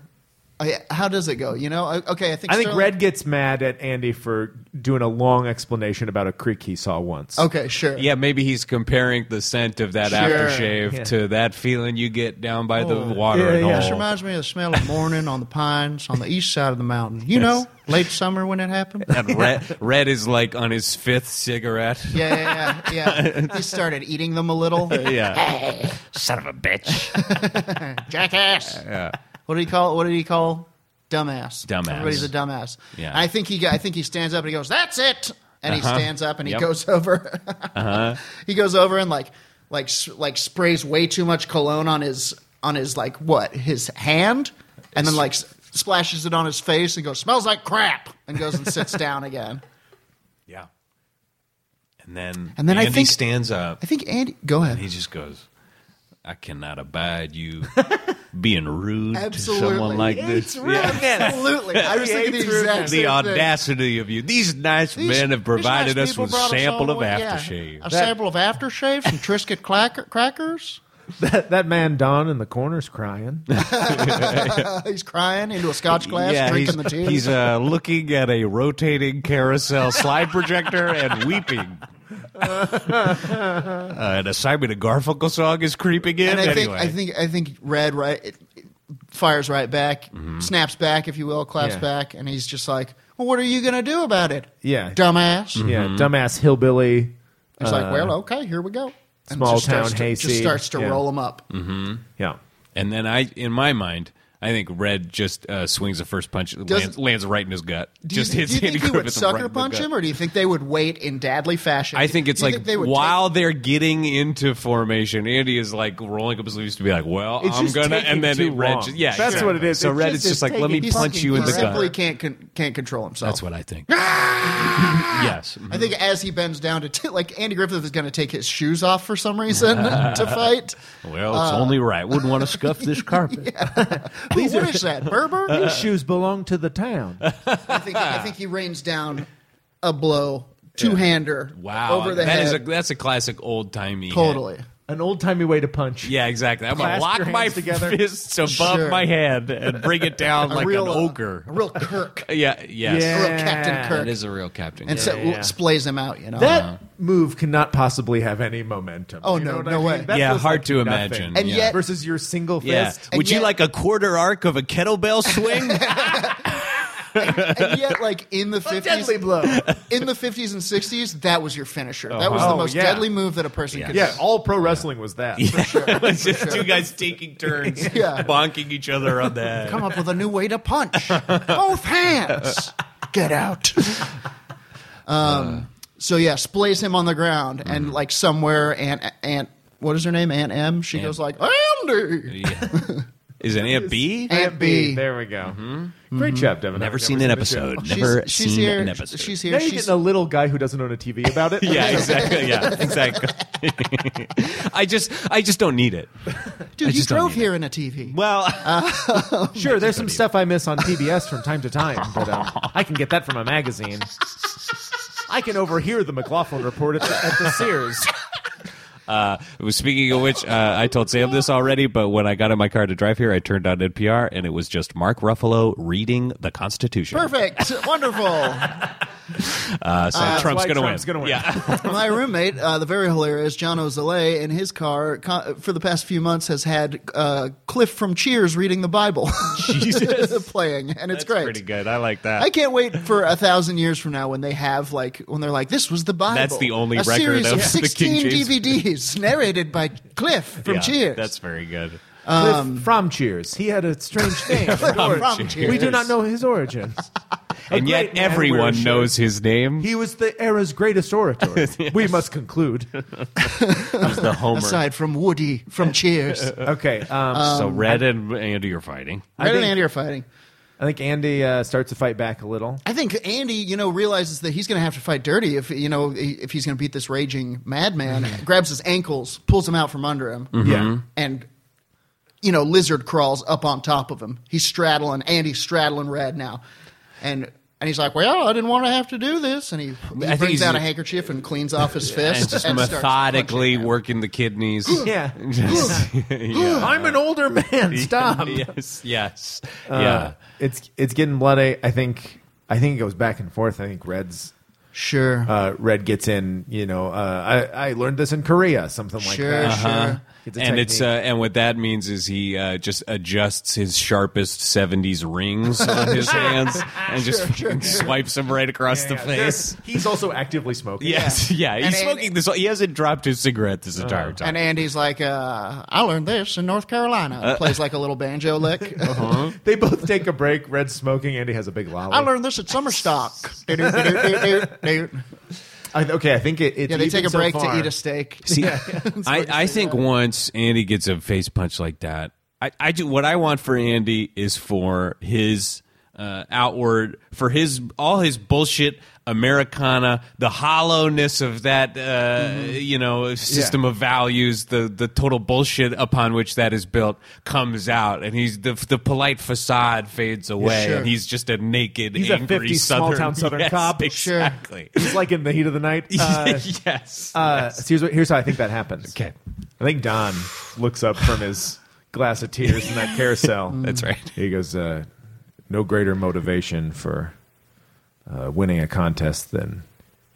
I, how does it go? You know, I, okay. I think I think Sterling- Red gets mad at Andy for doing a long explanation about a creek he saw once. Okay, sure. Yeah, maybe he's comparing the scent of that Sure. aftershave Yeah. Oh. to that feeling you get down by the Yeah, water and yeah. This all. reminds me of the smell of morning on the pines on the east side of the mountain. You know, late summer when it happened. Yeah, And Red, Red is like on his fifth cigarette. yeah, yeah. yeah. He started eating them a little. Yeah. Son of a bitch. Jackass. What did he call? What did he call? Dumbass. Dumbass. Everybody's a dumbass. Yeah. Uh-huh. And I think he. got- I think he stands up and he goes, "That's it." And he stands up and he Yep. Uh-huh. goes over. He goes over and like, like, s- like sprays way too much cologne on his on his like what his hand, and then like s- splashes it on his face and goes, "Smells like crap," and goes and sits down again. Yeah. And then, And then I Andy think- stands up I think Andy. Go and he ahead. just goes, I cannot abide you being rude Absolutely. to someone like He this. Absolutely. I was thinking the exact same The thing. audacity of you. These nice These- men have these provided nice us people with brought us sample all of one- yeah, aftershave. a sample of aftershave, some Triscuit clacker, crackers. That, that man Don in the corner's crying. Uh, He's crying into a scotch glass, drinking he's, the tea. he's, uh, looking at a rotating carousel slide projector and weeping. uh, and a Simon and Garfunkel song is creeping in. and I anyway, think I think I think Red right it, it fires right back, snaps back, if you will, claps Yeah. back, and he's just like, "Well, what are you gonna do about it? Yeah. dumbass." Yeah, Mm-hmm. dumbass hillbilly. He's like, "Well, okay, here we go." And small just starts town to, hayseed. just starts to Yeah. roll him up. Yeah, and then I, in my mind, I think Red just uh, swings the first punch, lands, lands right in his gut. Do you, Just do you hits think Andy he would Griffith right sucker in the punch gut. him, or do you think they would wait in dadly fashion? I think it's Do you like they would while they're getting into formation, Andy is like rolling up his sleeves to be like, "Well, It's I'm just gonna," taking and then too it Red, long. just- yeah, That's exactly. what it is. So It Red just is just is like, "Let me taking- take- punch he's- you in he the simply gut." can't con- can't control himself. That's what I think. yes, I think as he bends down to t- like Andy Griffith is going to take his shoes off for some reason to fight. Well, it's Uh, only right. Wouldn't want to scuff this carpet. These what is that, Berber? Uh-uh. these shoes belong to the town. I think I think he rains down a blow, two hander, Wow, over the that head, is a that's a classic old timey. totally. An old timey way to punch. Yeah, exactly. I'm Clasp gonna your lock my hands together. fists above Sure. my head and bring it down A like real an uh, ogre. a real Kirk, yeah, yes. a real Captain That Kirk, is a real captain. and yeah. so yeah. splays him out. You know That Uh-huh. move cannot possibly have any momentum. Oh, You no, know what no I mean? way. That Yeah, feels hard like to nothing. imagine. And yeah. yet- versus your single yeah. fist. Would And you yet- like a quarter arc of a kettlebell swing? and yet, like in the fifties, deadly blow. in the fifties and sixties, that was your finisher. That was Uh-huh. the Oh, most yeah. deadly move that a person could. Yeah, all pro wrestling was that. it's just two guys taking turns, Yeah. bonking each other on the head. come up with a new way to punch. Both hands. Get out. Um, so yeah, splays him on the ground, and like somewhere, Aunt Aunt, what is her name? Aunt M. She goes like Andy. Yeah. Is it Aunt B? Mm-hmm. Aunt B. Mm-hmm. There we go. Great job, Devin. Never I've seen an seen episode. She's- Never she's, seen here. an episode. She's here. Now you're She's, getting a little guy who doesn't own a TV about it. Yeah, exactly. Yeah, exactly. I just, I just don't need it. I dude, you just don't drove need here in a TV. Well, Sure, there's some stuff I miss on PBS from time to time, but um, I can get that from a magazine. I can overhear the McLaughlin report at the, at the Sears. speaking of which, uh, I told Sam this already, but when I got in my car to drive here, I turned on NPR, and it was just Mark Ruffalo reading the Constitution. Perfect. Wonderful. Uh, so Trump's why going to win. Trump's gonna win. Yeah. My roommate, uh, the very hilarious John O'Zalay, in his car co- for the past few months has had uh, Cliff from Cheers reading the Bible Jesus. playing, and it's That's great. pretty good. I like that. I can't wait for a thousand years from now when they have like when they're like this was the Bible. That's the only a record series of, of the sixteen King James- DVDs narrated by Cliff from Yeah, Cheers. That's very good. Um, Cliff from Cheers. He had a strange thing. from, Cheers. we do not know his origins. A And yet great man wears everyone shoes. knows his name. He was the era's greatest orator. We must conclude. He's the Homer. Aside from Woody from Cheers, Red Okay. Um, Uh, so Red and Andy are fighting. and think- Andy are fighting. I think Andy uh, starts to fight back a little. I think Andy, you know, realizes that he's going to have to fight dirty if you know if he's going to beat this raging madman. Mm-hmm. Grabs his ankles, pulls him out from under him, Yeah. and you know, lizard crawls up on top of him. He's straddling Andy's straddling Red now, and and he's like, "Well, I didn't want to have to do this." And he, he think brings he's- out a handkerchief and cleans off his fist and just starts methodically punching him. working the kidneys. Yeah. Just- yeah. I'm an older man. Stop. yes, yes, Uh, yeah. It's it's getting bloody. I think I think it goes back and forth. I think Red's Sure, uh, Red gets in. You know, uh, I I learned this in Korea. Something like sure, that. sure. It's a and it's uh, technique. and what that means is he uh, just adjusts his sharpest '70s rings on his hands and just fucking swipes them right across the face. He's also actively smoking. Yes, yeah. He's And- smoking this. He hasn't dropped his cigarette this entire time. And Andy's like, uh, "I learned this in North Carolina." Uh, Plays like a little banjo lick. Uh-huh. They both take a break. Red's smoking. Andy has a big lolly. I learned this at Summerstock. Do-do-do-do-do-do. I- okay, I think it, it's yeah, they even take a so break far. to eat a steak. See, I, I think once Andy gets a face punch like that, I, I do what I want for Andy is for his uh, outward, for his all his bullshit Americana, the hollowness of that, uh, Mm-hmm. you know, system of values, the the total bullshit upon which that is built comes out, and he's the the polite facade fades away, sure. and he's just a naked, He's a angry 50 southern, small-town Southern Yes, cop. Sure. exactly. It's like in the heat of the night. Uh, yes. uh, so here's, what, here's how I think that happens. Okay. I think Don looks up from his glass of tears in that carousel. That's right. He goes, uh, "No greater motivation for uh, winning a contest than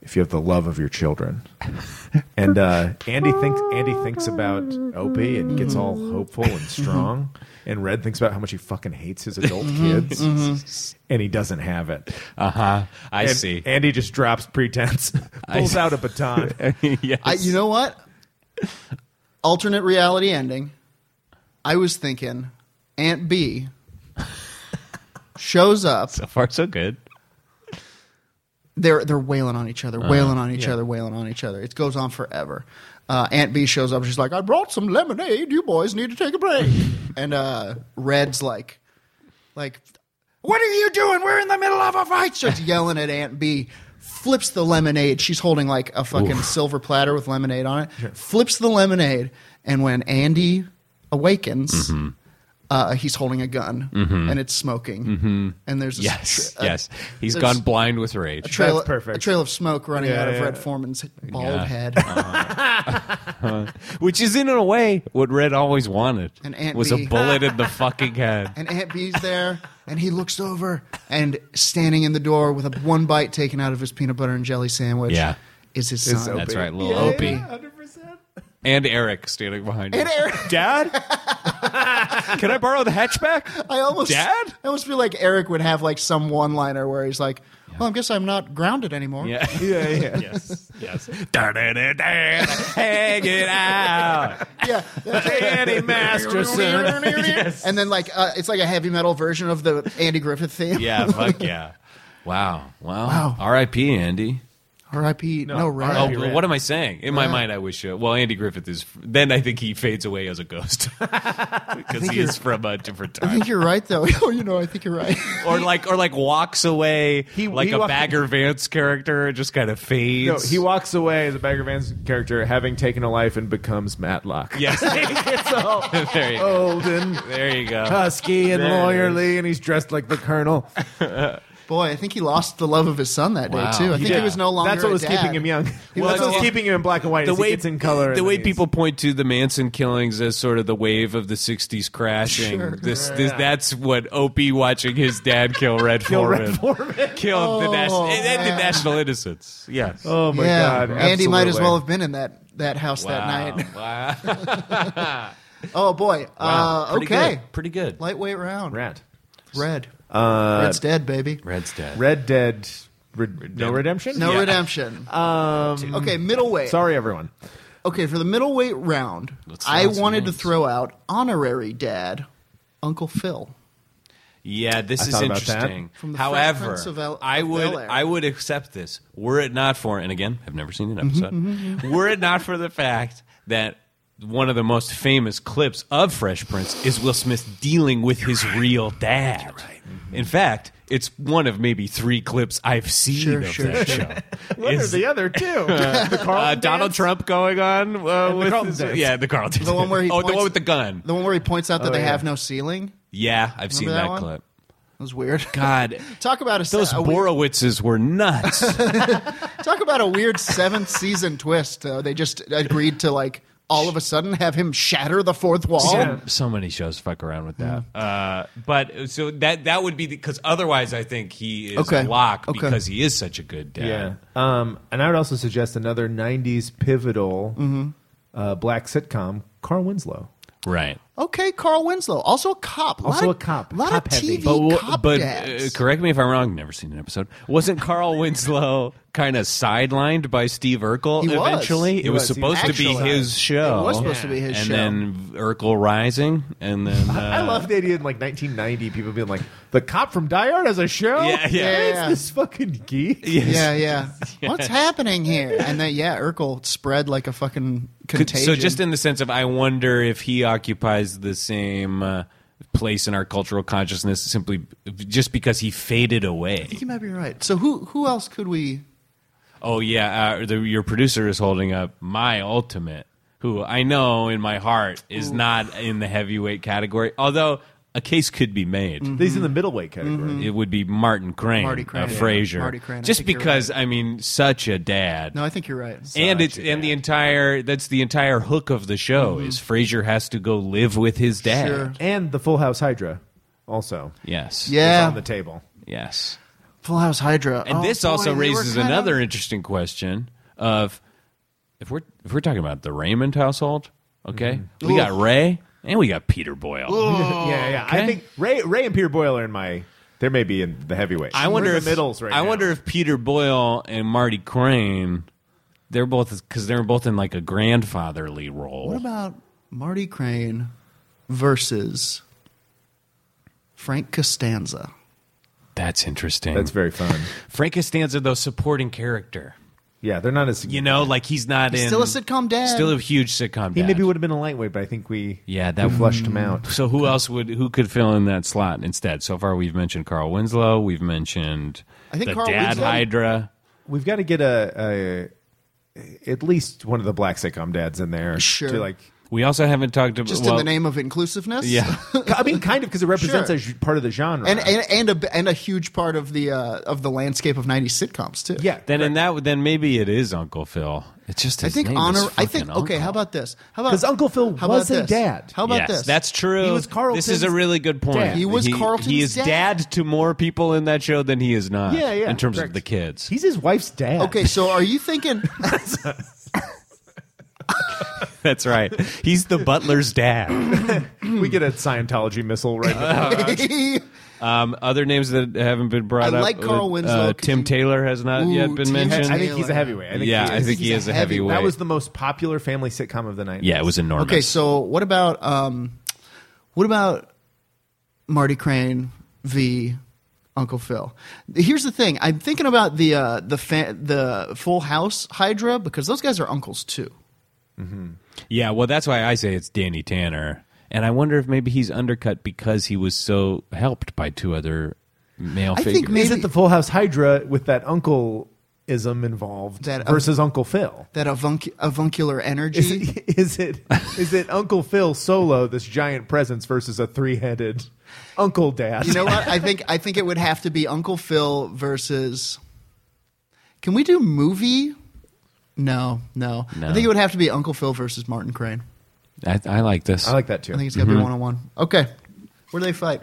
if you have the love of your children." and uh, Andy thinks Andy thinks about Opie and gets all hopeful and strong. and Red thinks about how much he fucking hates his adult Mm-hmm. kids, and he doesn't have it. Uh huh. Mm-hmm. I and see. Andy just drops pretense, pulls out a baton. yes. I, you know what? Alternate reality ending. I was thinking Aunt B shows up. So far, so good. They're they're wailing on each other, wailing on each other, wailing on each other. It goes on forever. Uh, Aunt B shows up. She's like, "I brought some lemonade. You boys need to take a break." and uh, Red's like, like, what are you doing? We're in the middle of a fight. Starts yelling at Aunt B. Flips the lemonade. She's holding like a fucking silver platter with lemonade on it. Flips the lemonade, and when Andy awakens, Mm-hmm. uh, he's holding a gun and it's smoking. Mm-hmm. And there's this Yes, tra- uh, a- yes. He's there's gone blind with A rage. trail, That's perfect. a trail of smoke running Yeah, out of yeah. Uh-huh. Red Foreman's bald Yeah. head. Which is, in a way, what Red always wanted. And Aunt was Bee. a bullet in the fucking head. and Aunt B's there, and he looks over, and standing in the door with a one bite taken out of his peanut butter and jelly sandwich Yeah. is his It's son. Opie. That's right, little Yeah, Opie. yeah, 100%. And Eric standing behind And you. Eric, Dad? Can I borrow the hatchback? I almost Dad? I almost feel like Eric would have like some one liner where he's like, "Well, I guess I'm not grounded anymore." Yeah. Yeah, yeah. yes. Yes. Da-da-da-da. Hang it out. yeah. Andy uh, Masterson. And then like uh, it's like a heavy metal version of the Andy Griffith theme. Yeah, fuck yeah. Wow. Wow. Wow. R.I.P. Andy. R.I.P. No, Red. Oh, Andy well, Rand. what am I saying? In my mind, I wish. Uh, well, Andy Griffith is. Then I think he fades away as a ghost because he is from a different I time, think you're right though. oh, you know, I think you're right. or like, or like walks away He- like he a walked- Bagger Vance character, and just kind of fades. No, he walks away as a Bagger Vance character, having taken a life and becomes Matlock. Yes, it's all there you go. old and There you go. husky and There it is. lawyerly, and he's dressed like the colonel. Boy, I think he lost the love of his son that Wow. day too. I He think he did. was no longer. That's what a was dad. keeping him young. Well, That's what was it's- keeping him in black and white. the is he way gets in color. and the then way he's- people point to the Manson killings as sort of the wave of the '60s crashing. Sure. This, this, that's what Opie watching his dad kill Red Kill Foreman, Red Foreman. killed the national, Oh, it ended man. national innocence. Yes. Oh my yeah, god! Andy might as absolutely. well have been in that that house that night. Wow. Oh boy. Wow. Uh, Pretty okay. good. Pretty good. Lightweight round. Rat. Red. Red's dead, baby. Red's dead. Red Dead. Red, no redemption. No Yeah. redemption. Um, okay, middleweight. Sorry, everyone. Okay, for the middleweight round, Let's I throw out some wanted to names. throw out honorary dad, Uncle Phil. Yeah, this is thought about that. interesting. From the Fresh However, Prince of El- I of would Bel-Air. I would accept this Mm-hmm, were it not for and again I've never seen an episode. were it not for the fact that one of the most famous clips of Fresh Prince is Will Smith dealing with his real dad. Mm-hmm. In fact, it's one of maybe three clips I've seen of that show. What are Is, the other two? the uh, Carlton Donald dance? Trump going on uh, the with Carlton his- dance. yeah the Carlton. The one where he oh the points- one with the gun. Oh, The one where he points out that they yeah. have no ceiling. yeah, I've seen that that, one? clip. That was weird. God, Talk about a, those a weird, Borowitzes were nuts. talk about a weird seventh season twist. Uh, they just agreed to like all of a sudden have him shatter the fourth wall. so, so many shows fuck around with that. Mm-hmm. Uh, but so that that would be because otherwise, I think he is Okay. a lock Okay. because he is such a good dad. Yeah. Um, and I would also suggest another 90s pivotal Mm-hmm. uh, black sitcom, Carl Winslow. Right. Okay, Carl Winslow, also a cop. lot Also of- a cop. lot Cop of heavy. TV w- cop but uh, dads. correct me if I'm wrong. Never seen an episode. Wasn't Carl Winslow kind of sidelined by Steve Urkel He was. eventually? He it was, was. He was supposed to be actually- his show. It was supposed to be his and show. then Urkel rising, and then uh, I love the idea in like 1990, people being like, the cop from Die Hard has a show? Yeah, yeah. Yeah, It's yeah. this fucking geek. yeah, yeah. What's happening here? And then yeah, Urkel spread like a fucking Could- contagion. So just in the sense of, I wonder if he occupies the same uh, place in our cultural consciousness simply b- just because he faded away. you might be right. So who who else could we? Oh yeah, uh, the, your producer is holding up my ultimate, who I know in my heart is not in the heavyweight category. Although a case could be made. These in the middleweight category. It would be Martin Crane, Mm-hmm. Marty uh, Crane. Frasier. Marty Crane, I Just think you're because I mean, such a dad. No, I think you're right. and it's and the entire that's the entire hook of the show is Frasier has to go live with his dad. Mm-hmm. Sure. And the Full House Hydra also Yes. is yeah, on the table. Yes. Full House Hydra. And Oh, this boy, also they were raises kind of- another interesting question of if we're if we're talking about the Raymond household, okay? We got Ray and we got Peter Boyle. yeah, yeah. I Oh, okay. think Ray, Ray and Peter Boyle are in my. They may be in the heavyweight. I wonder We're in if the middles right I now. wonder if Peter Boyle and Marty Crane they're both cuz they're both in like a grandfatherly role. What about Marty Crane versus Frank Costanza? That's interesting. That's very fun. Frank Costanza though supporting character. Yeah, they're not as. You know, like he's not in Still a sitcom dad. Still a huge sitcom he dad. maybe would have been a lightweight, but I think we Yeah, that we flushed him out. So who else would who could fill in that slot instead? So far we've mentioned Carl Winslow, we've mentioned I think the Carl Dad Winslow- Hydra. We've got to get a, a at least one of the black sitcom dads in there. Sure. To like, We also haven't talked about just well, in the name of inclusiveness. Yeah. I mean, kind of because it represents Sure. a j- part of the genre. and and and a, b- and a huge part of the uh, of the landscape of '90s sitcoms too. yeah, Then in that then maybe it is Uncle Phil. It's just I his think name honor. Is I think fucking okay. How Uncle. about this? How about 'Cause Uncle Phil how was about a this? dad. How about Yes, this? That's true. He was Carlton's This is a really good point. dad. He was Carlton's He is dad. to more people in that show than he is not. Yeah, yeah, In terms correct. of the kids. he's his wife's dad. okay. So are you thinking? That's right. He's the butler's dad. we get a Scientology missile right now. Um, other names that haven't been brought I up. like Carl uh, Winslow 'cause Tim he- Taylor has not Ooh, yet been Tim mentioned. I think he's a heavyweight. I think yeah, he I is. think he He's is a a heavy- heavyweight. that was the most popular family sitcom of the nineties. yeah, it was enormous. okay. So what about um, what about Marty Crane v. Uncle Phil? Here's the thing. I'm thinking about the uh, the fa- the Full House Hydra because those guys are uncles too. yeah, well, that's why I say it's Danny Tanner, and I wonder if maybe he's undercut because he was so helped by two other male I figures. think Is maybe it the Full House Hydra with that uncle ism involved That- versus Uncle Phil? that avunc- avuncular energy. Is it, is it is it Uncle Phil solo this giant presence versus a three headed Uncle Dad? You know what? I think I think it would have to be Uncle Phil versus. Can we do movie? No, no, No. I think it would have to be Uncle Phil versus Martin Crane. I, I like this. I like that too. I think it's gonna Mm-hmm. be one on one. Okay, where do they fight?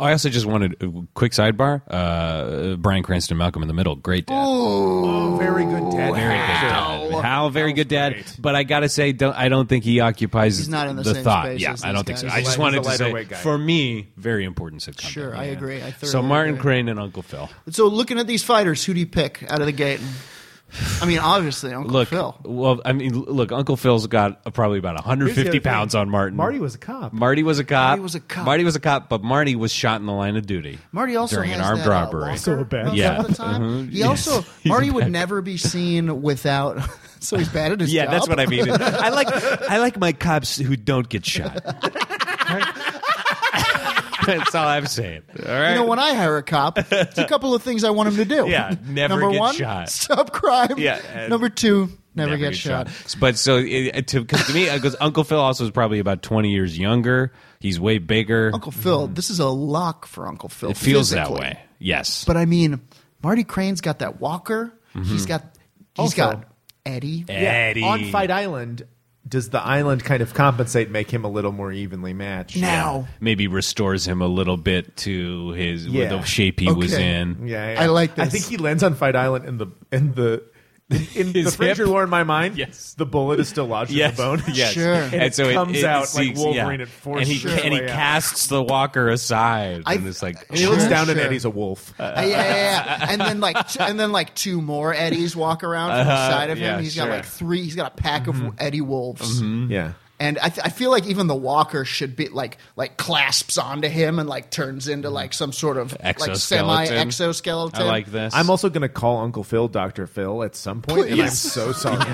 I also just wanted a quick sidebar. Uh, Brian Cranston, Malcolm in the Middle, great dad. oh, very good dad. Very good dad. How very good dad, but I gotta say, don't, I don't think he occupies He's not in the same thought. space yeah, as I don't these think so. guys. I He's just a light- wanted he's a to lighter say, weight guy. for me, very important sitcom. Sure, I agree. I So thoroughly Martin agree. Crane and Uncle Phil. So looking at these fighters, who do you pick out of the gate? I mean, obviously Uncle Look, Phil. well, I mean, look, Uncle Phil's got uh, probably about Here's the 150 other thing. pounds on Martin. Marty was a cop. Marty was a cop. Marty was a cop. Marty was a cop, but Marty was shot in the line of duty. Marty also during has an armed that, uh, robbery. walker So bad. most Yeah. of the time. Uh-huh. He Yes. also He's Marty a would bad never be seen without so he's bad at his yeah, job. that's what I mean. I like I like my cops who don't get shot. that's all I'm saying. All right. You know, when I hire a cop, it's a couple of things I want him to do. Yeah, never Number get one, shot. stop crime. Yeah, and- Number two, never, get, shot. But so it, to, 'cause to me, because Uncle Phil also is probably about 20 years younger. He's way bigger. Uncle Phil, this is a lock for Uncle Phil. it feels that physically. way. Yes. But I mean, Marty Crane's got that walker. Mm-hmm. He's got he's Also- got Eddie. Eddie. On Fight Island, does the island kind of compensate, make him a little more evenly matched? Now, Maybe restores him a little bit to his Yeah. the shape he was Okay. in. Yeah, I like I this. think he lands on Fight Island, and the and the in the His Fraser hip. lore in my mind, Yes. the bullet is still lodged Yes. in the bone. Yes. Sure. And it comes out like Wolverine yeah. at force And he, sure. and he way out. casts the walker aside. I- and it's like, And he looks Sure, down and sure. Eddie's a wolf. Uh, yeah, yeah, yeah. and then like t- and then like two more Eddies walk around from the side of him. Uh-huh. yeah, He's sure. Mm-hmm. got like three. He's got a pack of Eddie wolves. yeah. And I, th- I feel like even the walker should be like like clasps onto him and like turns into like some sort of like semi Exoskeleton. exoskeleton. I like this. I'm also going to call Uncle Phil Dr. Phil at some point, and I'm Please. so sorry.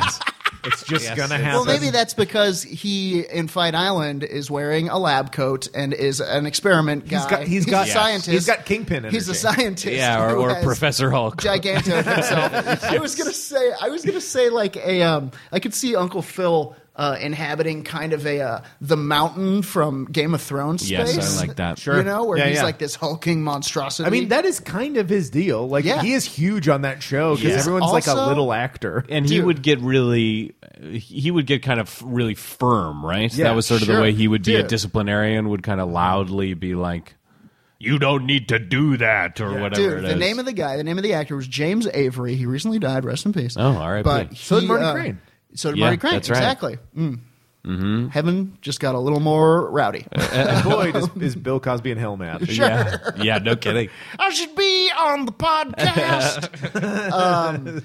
It's just going to happen. Well, maybe that's because he in Fight Island is wearing a lab coat and is an experiment guy. got- he's got- a Yes. scientist. He's got kingpin He's a energy. scientist. yeah, or, who or has Professor Hulk. Giganto himself. I was gonna say. I was gonna say like a. Um, I could see Uncle Phil. Uh, inhabiting kind of a uh, the mountain from Game of Thrones Yes, space. I like that. Sure. You know, where Yeah, he's yeah. like this hulking monstrosity. I mean, that is kind of his deal. Like, Yeah. he is huge on that show because Yeah. everyone's like a Also- little actor. and he Dude. would get really he would get kind of really firm right Yeah, that was sort of the sure. way he would be a Dude. disciplinarian would kind of loudly be like you don't need to do that or whatever Dude, it the is. name of the guy, the name of the actor was James Avery. He recently died. Rest in peace. Oh, R.I.P.. But So did he, Marty uh, Crane. So did Yeah, Marty Crane. that's right. Mm-hmm. Exactly. Mm. Heaven just got a little more rowdy. And boy, is, Um, is Bill Cosby and Hell mad. yeah yeah no kidding I should be on the podcast. um,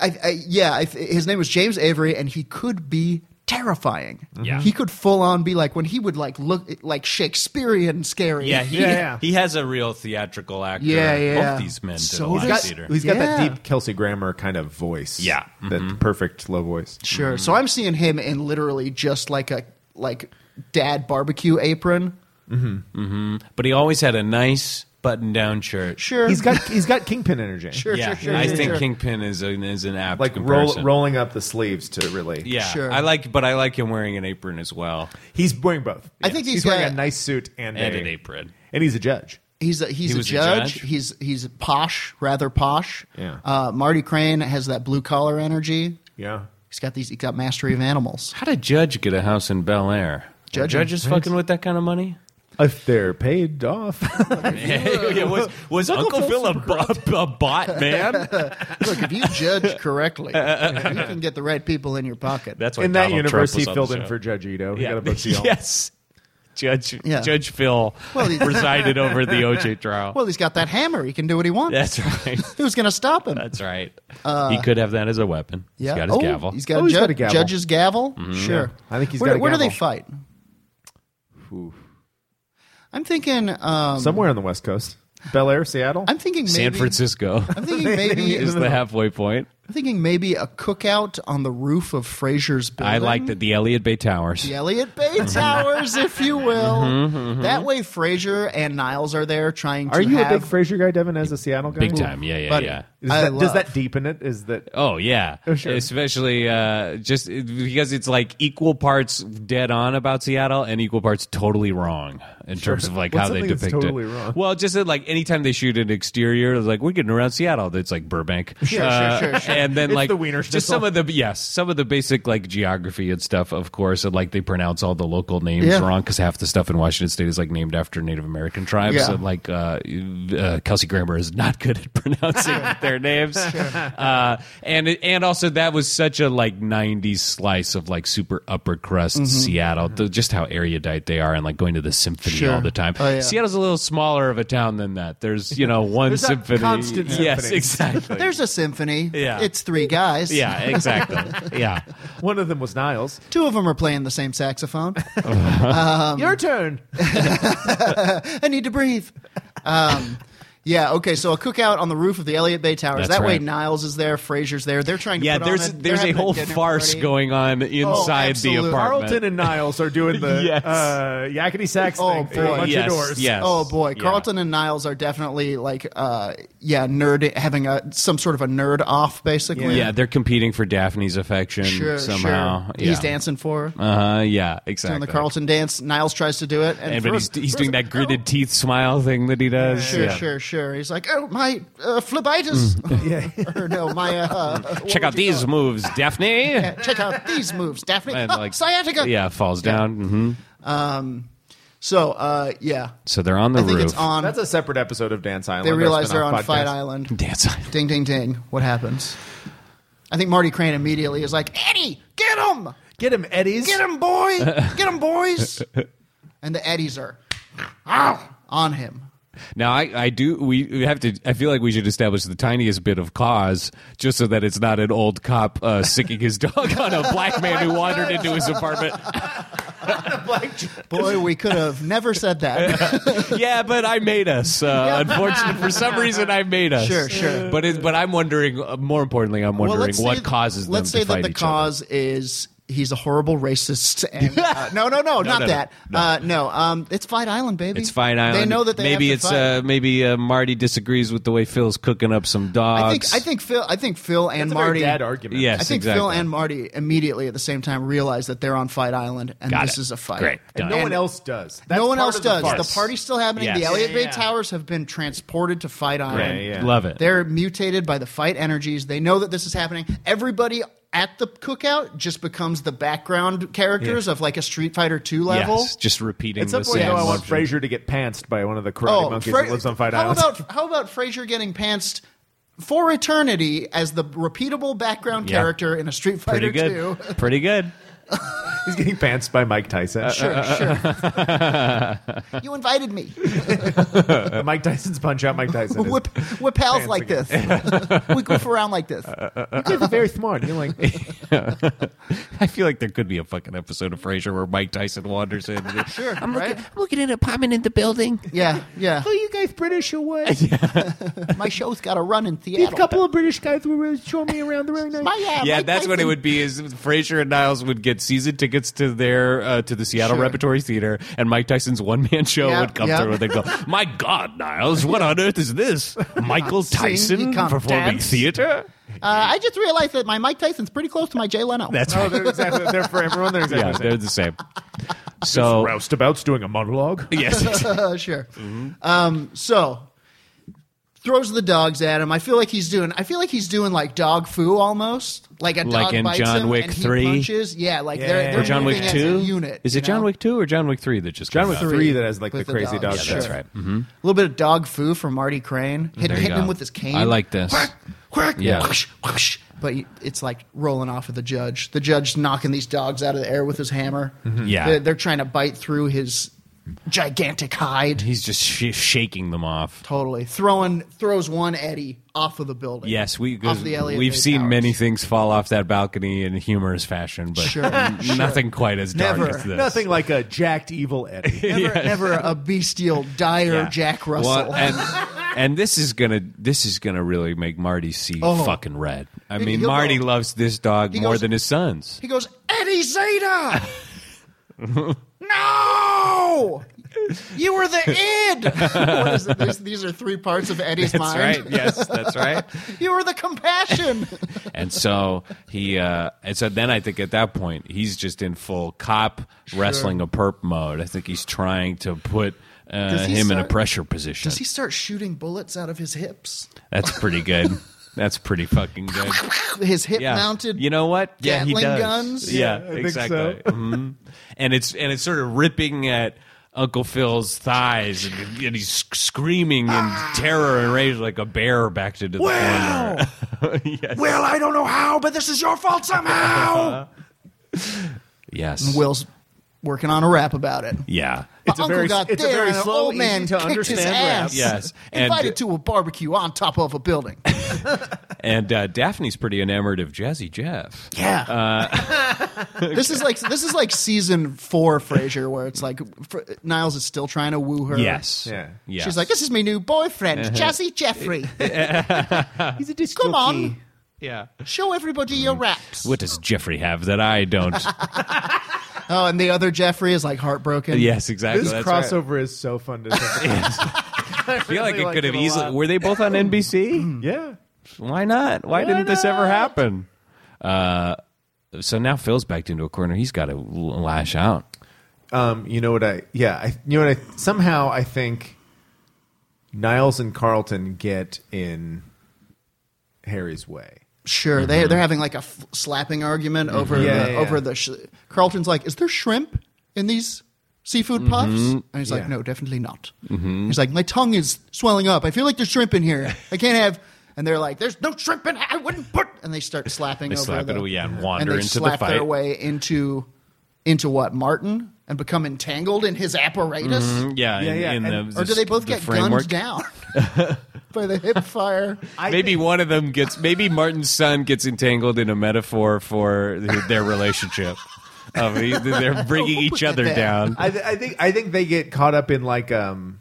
I, I, yeah, I, th- his name was James Avery, and he could be terrifying. Yeah. he could full on be like when he would like look like Shakespearean scary. yeah he, Yeah, yeah. he has a real theatrical actor Yeah, yeah. both these men did a So lot he's of got- theater He's got Yeah. that deep Kelsey Grammer kind of voice. Yeah. Mm-hmm. That perfect low voice. Sure. So I'm seeing him in literally just like a like dad barbecue apron. but he always had a nice button down shirt Sure. He's got he's got kingpin energy. Sure, yeah sure, sure, I sure, think sure. Kingpin is an is an apt Like roll, comparison. rolling up the sleeves to really. yeah Sure. I like but I like him wearing an apron as well He's wearing both. I think he's he's wearing got- a nice suit and, and a, an apron And he's a judge. He's a, he's He a was a judge. judge? He's he's posh, rather posh. Yeah. Uh, Marty Crane has that blue collar energy. Yeah. He's got these. He's got mastery of animals. How did Judge get a house in Bel Air? Judge- Are judges fucking with that kind of money? If they're paid off. yeah, was was Uncle, Phil a, bu- a bot man? Look, if you judge correctly, you can get the right people in your pocket. That's why in that Donald universe, Trump was he on filled the in show. for Judge Ito. He got a book deal. yes, Judge Yeah. Judge Phil Well, he- presided over the OJ trial. well, he's got that hammer. He can do what he wants. That's right. Who's going to stop him? That's right. he could have that as a weapon. Uh, yeah. He's got his oh, gavel. Mm-hmm. He's got, Oh, a, he's ju- got a gavel. judge's gavel. Sure. I think he's where, got a Where do they gavel. fight? I'm thinking. Um, Somewhere on the West Coast. Bel Air, Seattle. I'm thinking maybe, San Francisco I'm thinking maybe. is the halfway point. I'm thinking maybe a cookout on the roof of Fraser's building. I like that the Elliott Bay Towers. The Elliott Bay Towers, if you Mm-hmm, will. That way, Fraser and Niles are there trying to. Are you a have, big Frasier guy, Devin, as a Seattle guy? Big time. Yeah, yeah, Buddy. yeah. Is I that, does love- that deepen it? Is that Oh yeah, Oh, sure. especially uh, just it- because it's like equal parts dead on about Seattle and equal parts totally wrong in terms of like What's how they something that's depict totally it. wrong? Well, just that, like anytime they shoot an exterior, it's like we're getting around Seattle. It's like Burbank, Uh, Sure, sure, sure, sure. and then It's like the Wiener just Schnitzel. some of the yes, some of the basic like geography and stuff, of course, and like they pronounce all the local names Yeah. wrong because half the stuff in Washington State is like named after Native American tribes. Yeah. And, like uh, uh, Kelsey Grammer is not good at pronouncing their names, uh, and and also that was such a like '90s slice of like super upper crust Mm-hmm. Seattle, th- just how erudite they are, and like going to the symphony Sure. all the time. Oh, yeah. Seattle's a little smaller of a town than that. There's you know one There's not symphony, constant yes, symphonies. exactly. There's a symphony. Yeah. It's three guys. yeah, exactly. Yeah. one of them was Niles? Two of them are playing the same saxophone. Your turn. I need to breathe. Um, Yeah. Okay. So a cookout on the roof of the Elliott Bay Towers. That's that way, right. Niles is there. Frazier's there. They're trying. to Yeah, put there's on a, there's a whole farce going. going on inside the Oh, absolutely. apartment. Carlton and Niles are doing the Yes. uh, yakety sax Oh, thing. through a boy. bunch Yes, of doors. yes. Oh boy, Yeah. Carlton and Niles are definitely like, uh, yeah, nerd having a some sort of a nerd off, basically. yeah, they're competing for Daphne's affection sure, somehow. sure. Yeah. He's dancing for her. Uh huh. Yeah, doing exactly. the Carlton dance. Niles tries to do it, and, And but he's, first- he's doing that gritted teeth smile thing that he does. Sure, Yeah. sure, sure. He's like, oh my uh, phlebitis. or no, my uh, what Mm. Check out would you these moves, Daphne. call it? Check out these moves, Daphne. And, Ah, sciatica. Yeah, falls down. hmm So, uh, yeah, So they're on the I think roof. it's on. That's a separate episode of Dance Island. they our realize they're spin-off on Fight podcast. Island. Dance. Ding, ding, ding. What happens? I think Marty Crane immediately is like, Eddie, get him! Get him, Eddie's. Get him, boy! Get him, boys! And the Eddies are "Ow!" on him. Now I, I do we, we have to I feel like we should establish the tiniest bit of cause just so that it's not an old cop uh, sicking his dog on a black man who wandered into his apartment. Boy, we could have never said that. yeah, but I made us. Uh, unfortunately, for some reason, I made us. Sure, sure. But it, but I'm wondering. uh, More importantly, I'm wondering let's what say- causes Let's them say to fight that the each cause is he's a horrible racist. And, uh, no, no, no, not no, no. that. No, uh, no um, it's Fight Island, baby. other. It's Fine Island. They know that they maybe have to it's fight. uh, maybe uh, Marty disagrees with the way Phil's cooking up some I dogs. think I think Phil. I think Phil and That's a very Marty. Dad argument. Yes, I think exactly. Phil and Marty immediately at the same time realize that they're on Fight Island and Got this it. is a fight. Great. And Done. No one else does. That's no one part else of does. The, farce. party's still happening. Yes. The Elliott Yeah, Bay yeah. Towers have been transported to Fight Island. yeah. love it. They're mutated by the fight energies. They know that this is happening. Everybody at the cookout just becomes the background characters of like a Street Fighter 2 level. Yes, just repeating At the some point, same. though, I want motion. Frasier to get pantsed by one of the karate monkeys Oh, Fra- that lives on Fight how Island. About, how about Frasier getting pantsed for eternity as the repeatable background Yeah. character in a Street Fighter Pretty 2? good. Pretty good. He's getting pantsed by Mike Tyson. Sure, Uh, sure. you invited me. Uh, Mike Tyson's punch out. Mike Tyson. is- Whip, we're pals like this. we goof around like Uh, this. You guys are very smart. You're like, I feel like there could be a fucking episode of Frasier where Mike Tyson wanders in. sure. I'm right? looking, I'm looking at an apartment in the building. Yeah, yeah. oh, you guys British or what? My show's got to run in Seattle. of British guys were showing me around the room. My, uh, yeah, Mike that's what it Tyson. would be. Is Frasier and Niles would get season tickets to their uh, to the Seattle Sure. Repertory Theater, and Mike Tyson's one man show Yeah, would come yeah. through and they'd go, "My God, Niles, what on earth is this? Michael sing, you Tyson can't performing dance." theater? Uh, I just realized that my Mike Tyson's pretty close to my Jay Leno. That's Oh, right. they're exactly. They're for everyone. They're exactly yeah, the same. they're the same. Oh. So Roustabouts doing a monologue. yes, uh, sure. Mm-hmm. Um, so throws the dogs at him. I feel like he's doing. I feel like he's doing like dog foo almost, like a Like dog in bites John him Wick and he 3? punches. Yeah, like Yeah. they're, they're or John Wick moving as a two unit. Is it you John know? Wick two or John Wick three that just John came Wick out? Uh, three that has like the With the crazy dogs, dog. sure. that's That's right. right. A little bit of dog foo from Marty Crane, Hit, Mm-hmm. There you hitting him go. with his cane. I like this. Quack, quack, Yeah. whoosh, whoosh. But you- it's like rolling off of the judge. The judge knocking these dogs out of the air with his hammer. Yeah. they're, they're trying to bite through his gigantic hide. He's just sh- shaking them off. Totally throwing throws one Eddie off of the building. Yes, we off the Elliott we've Bay seen Towers. many things fall off that balcony in humorous fashion, but Sure, n- sure. nothing quite as dark Never. as this. Nothing like a jacked evil Eddie. Never, never a bestial, dire Jack Russell. Well, and and this is gonna this is gonna really make Marty see Oh. fucking red. I He- mean, he'll Marty go- loves this dog He more goes- than his sons. he goes, Eddie Zeta. no, you were the id. what is it? These, these are three parts of Eddie's That's mind. right. Yes, that's right. You were the compassion. and so he uh and so then i think at that point he's just in full cop wrestling a perp mode i think he's trying to put uh, Does he him in a start- pressure position Does he start shooting bullets out of his hips? that's pretty good that's pretty fucking good His hip yeah mounted. you know what yeah he Gatling does guns? yeah, Yeah, I think exactly so. Mhm. and it's and it's sort of ripping at Uncle Phil's thighs, and, and he's sc- screaming in Ah. terror and rage like a bear backed into the corner. Will, I don't know how, but this is your fault somehow. Yes, Will's working on a rap about it. yeah, It's a Uncle very- got it's a there very and an slow, old man easy to kicked his understand ass. rap. Yes. And- invited to a barbecue on top of a building. And uh, Daphne's pretty enamored of Jazzy Jeff. Yeah, This is like this is like season four Frasier, where it's like fr- Niles is still trying to woo her. Yes. Yeah. Yes. Uh-huh. She's like, "This is my new boyfriend, Jazzy Jeffrey. He's a disc Come jockey. on, Yeah. show everybody your raps." Mm. What does Jeffrey have that I don't? Oh, and the other Jeffrey is like heartbroken. yes, exactly. This Oh, That's right. crossover is so fun to I feel like really it like could have it a easily. lot. Were they both on NBC? Yeah. Why not? Why, didn't this ever not? happen? Uh, so now Phil's backed into a corner. He's got to lash out. Um, you know what I? Yeah, I, you know what I? Somehow I think Niles and Carlton get in Harry's way. Sure, Mm-hmm. they they're having like a f- slapping argument over Yeah, the, yeah, over yeah. the. Sh- Carlton's like, "Is there shrimp in these seafood Mm-hmm. puffs?" And he's like, Yeah. "No, definitely not." He's like, "My tongue is swelling up. I feel like there's shrimp in here. I can't have." And they're like, "There's no shrimp in. I wouldn't put." And they start slapping. They over slap the, it, yeah, and wander and they into the slap their fight. way into into what Martin and become entangled in his apparatus. Yeah, Yeah, in, yeah, in and- the, Or do they both Mm-hmm. the get framework. gunned down by the hip fire? maybe one of them gets. Maybe Martin's son gets entangled in a metaphor for th- their relationship. Of e- they're bringing each other that. down. I, th- I think I think they get caught up in like um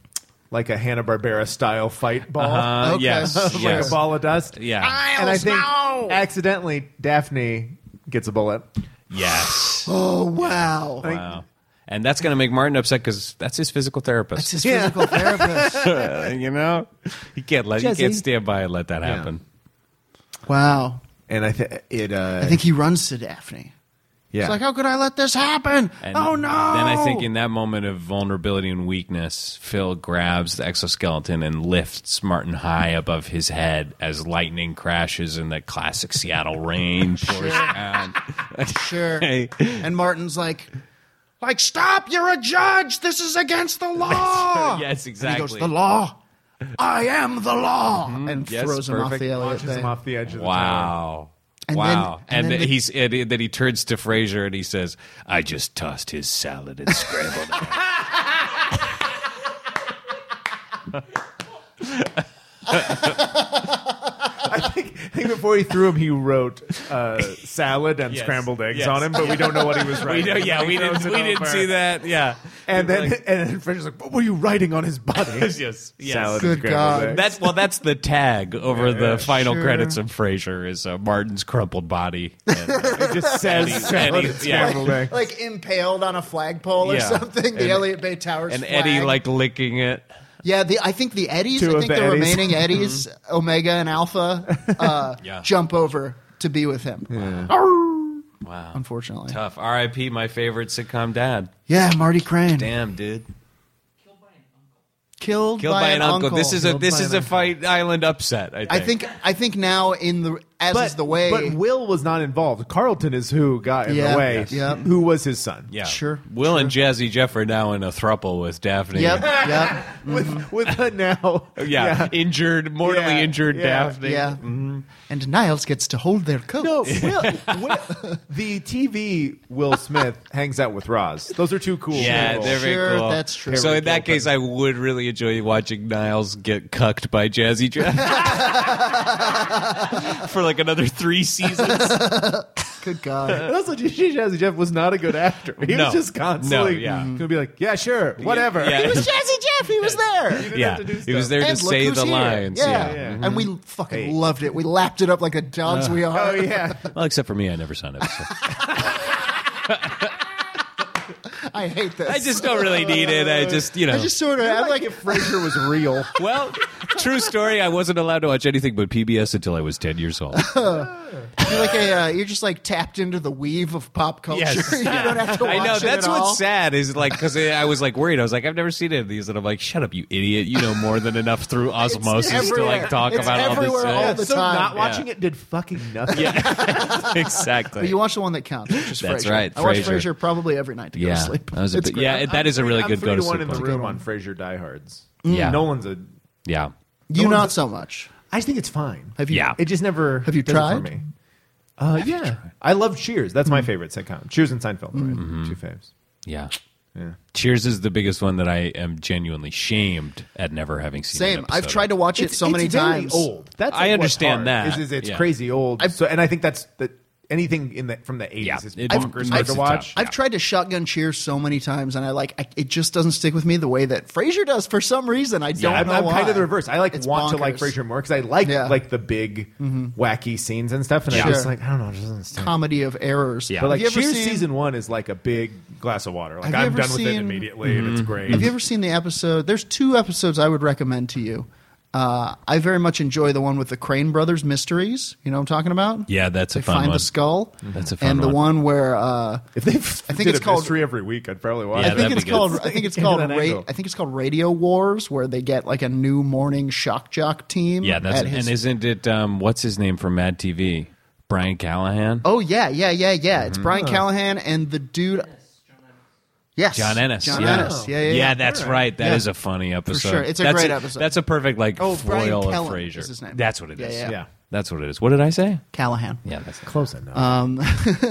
like a Hanna Barbera style fight ball, Uh, Okay. Yes, like yes, a ball of dust. yeah, and I think accidentally Daphne gets a bullet. yes. Oh wow! Wow. And that's going to make Martin upset because that's his physical therapist. Uh, It's his physical therapist. you know, he can't let Jesse. he can't stand by and let that happen. Wow. And I think it. Uh, I think he runs to Daphne. yeah. It's like, how could I let this happen? And oh no! Then I think in that moment of vulnerability and weakness, Phil grabs the exoskeleton and lifts Martin high above his head as lightning crashes and that classic Seattle rain pours down. sure. And Martin's like, like stop! You're a judge. This is against the law. yes, Ah! And he exactly. Mm-hmm. goes, the law. I am the law, and Yes, throws him off perfect. the Elliott Pushes thing. him off the edge of the tower. Wow. And wow. then- and and then the- he's and, then he turns to Fraser and he says, I just tossed his salad and scrambled eggs." I think before he threw him, he wrote uh, salad and Yes. scrambled eggs Yes. on him, but we don't know what he was We writing. know, yeah, He we throws didn't it we didn't over. see that. Yeah. And then and then Fraser's like, "What were you writing on his body?" yes. Yes. Salad Good and scrambled God. eggs. That's well. That's the tag over the final Sure. credits of Frasier is uh, Martin's crumpled body. And, uh, It just says Eddie- salad Eddie- and yeah. scrambled eggs. like impaled on a flagpole or Yeah. something. The And- Elliott Bay Towers. and flag. Eddie like licking it. Yeah, the, I think the Eddies, Two I of think the, the Eddies. Mm-hmm. remaining Eddies, Omega and Alpha, uh, Yeah. jump over to be with him. Wow. Unfortunately. Tough. R.I.P. My favorite sitcom dad. Yeah, Marty Crane. Damn, dude. Killed, Killed by, an uncle. This is a Killed this by is an a fight island upset. I think. I think I think now in the as is the way but Will was not involved. Carlton is who got in Yeah. the way. Yes. Yep. Who was his son? Yeah. Sure, Will and Jazzy Jeff are now in a thruple with Daphne. Yep, yep. With Mm-hmm. with the now. Yeah. Injured, mortally Yeah. injured Yeah. Daphne. Yeah. And Niles gets to hold their coat. mm-hmm. No, Will, Will- the TV Will Smith hangs out with Roz. Those are two cool. Yeah, people. they're very Sure, cool. that's true. So Harry in that Gilpin. case, I would really enjoy watching Niles get cucked by Jazzy Jeff for like another three seasons. Good God. And also, Gigi Jazzy Jeff was not a good actor. He No. was just constantly No, yeah. going to be like, yeah, sure, whatever. Yeah. It was Jazzy Jeff. He was there. didn't yeah, have to do he was there stuff. to And look say who's the here. lines. Yeah. Yeah. And we fucking loved it. We lapped it up like the dogs we are. Oh, yeah. Well, except for me, I never saw an episode. I hate this. I just don't really need it. I just, you know. I just sort of, I I'm like like, if Frasier was real. well, true story. I wasn't allowed to watch anything but PBS until I was ten years old. You're like a, uh, you're just like tapped into the weave of pop culture. Yes. you don't have to watch I know it that's at all. what's sad is like because I was like worried. I was like, I've never seen any of these, and I'm like, shut up, you idiot! You know more than enough through osmosis to everywhere. like talk It's about all this. everywhere stuff. all the so time. not watching it did fucking nothing. exactly. But you watch the one that counts. Which is That's Frasier. right, I watch Frasier. Frasier probably every night to go yeah, to sleep. that was a It's bit- great. yeah, that is a really I'm good three go to to one sleep. in the one. room on Frasier diehards. Yeah. No one's a. Yeah, You not so much. I just think it's fine. Have you? Yeah. It just never. Have you does it tried? For me. Uh, yeah, Mm-hmm. I love Cheers. That's my favorite sitcom. Cheers and Seinfeld, right? Mm-hmm. Two faves. yeah. Cheers is the biggest one that I am genuinely shamed at never having seen. an Same. I've episode tried of. to watch it so many it's very times. old. That's I what's understand hard, that. Is, is it's Yeah. crazy old. I've- so, and I think that's that. anything in the from the 80s Yeah. is It bonkers makes hard to it watch. tough. I've tried to shotgun cheer so many times, and I like I, it just doesn't stick with me the way that Frasier does for some reason. I don't. I'm, know I'm Oh, why. kind of the reverse. I like It's want to bonkers. like Frasier more because I like Yeah. Mm-hmm. like the big wacky scenes and stuff, and I Sure. just like I don't know, it doesn't stick. comedy of errors. Yeah. But like have you ever Cheers seen- season one is like a big glass of water. Like Have you I'm ever done with it seen- Mm-hmm. immediately, and it's great. Have you ever seen the episode? There's two episodes I would recommend to you. Uh, I very much enjoy the one with the Crane Brothers mysteries. You know what I'm talking about? Yeah, that's They a fun find one. Mm-hmm. the skull. That's a fun And the one. one where uh, if they I think did it's a called- mystery every week, I'd probably watch. Yeah, I it. think that'd it's be good. called I think it's Get into called that ra- angle. I think it's called Radio Wars, where they get like a new morning shock jock team. Yeah, that's at his- and isn't it? Um, what's his name from Mad TV? Brian Callahan. oh yeah, yeah, yeah, yeah. Mm-hmm. It's Brian Callahan and the dude. Yes, John Ennis. John yeah. Ennis. Yeah, yeah, yeah. that's right. That is Yeah. a funny episode. sure. It's a that's great episode. That's a perfect like Oh, Brian foil of Kellan Frasier. is his name. That's what it Yeah, is. yeah. Yeah, That's what it is. What did I say? Callahan. Yeah, that's it. close enough. Uh,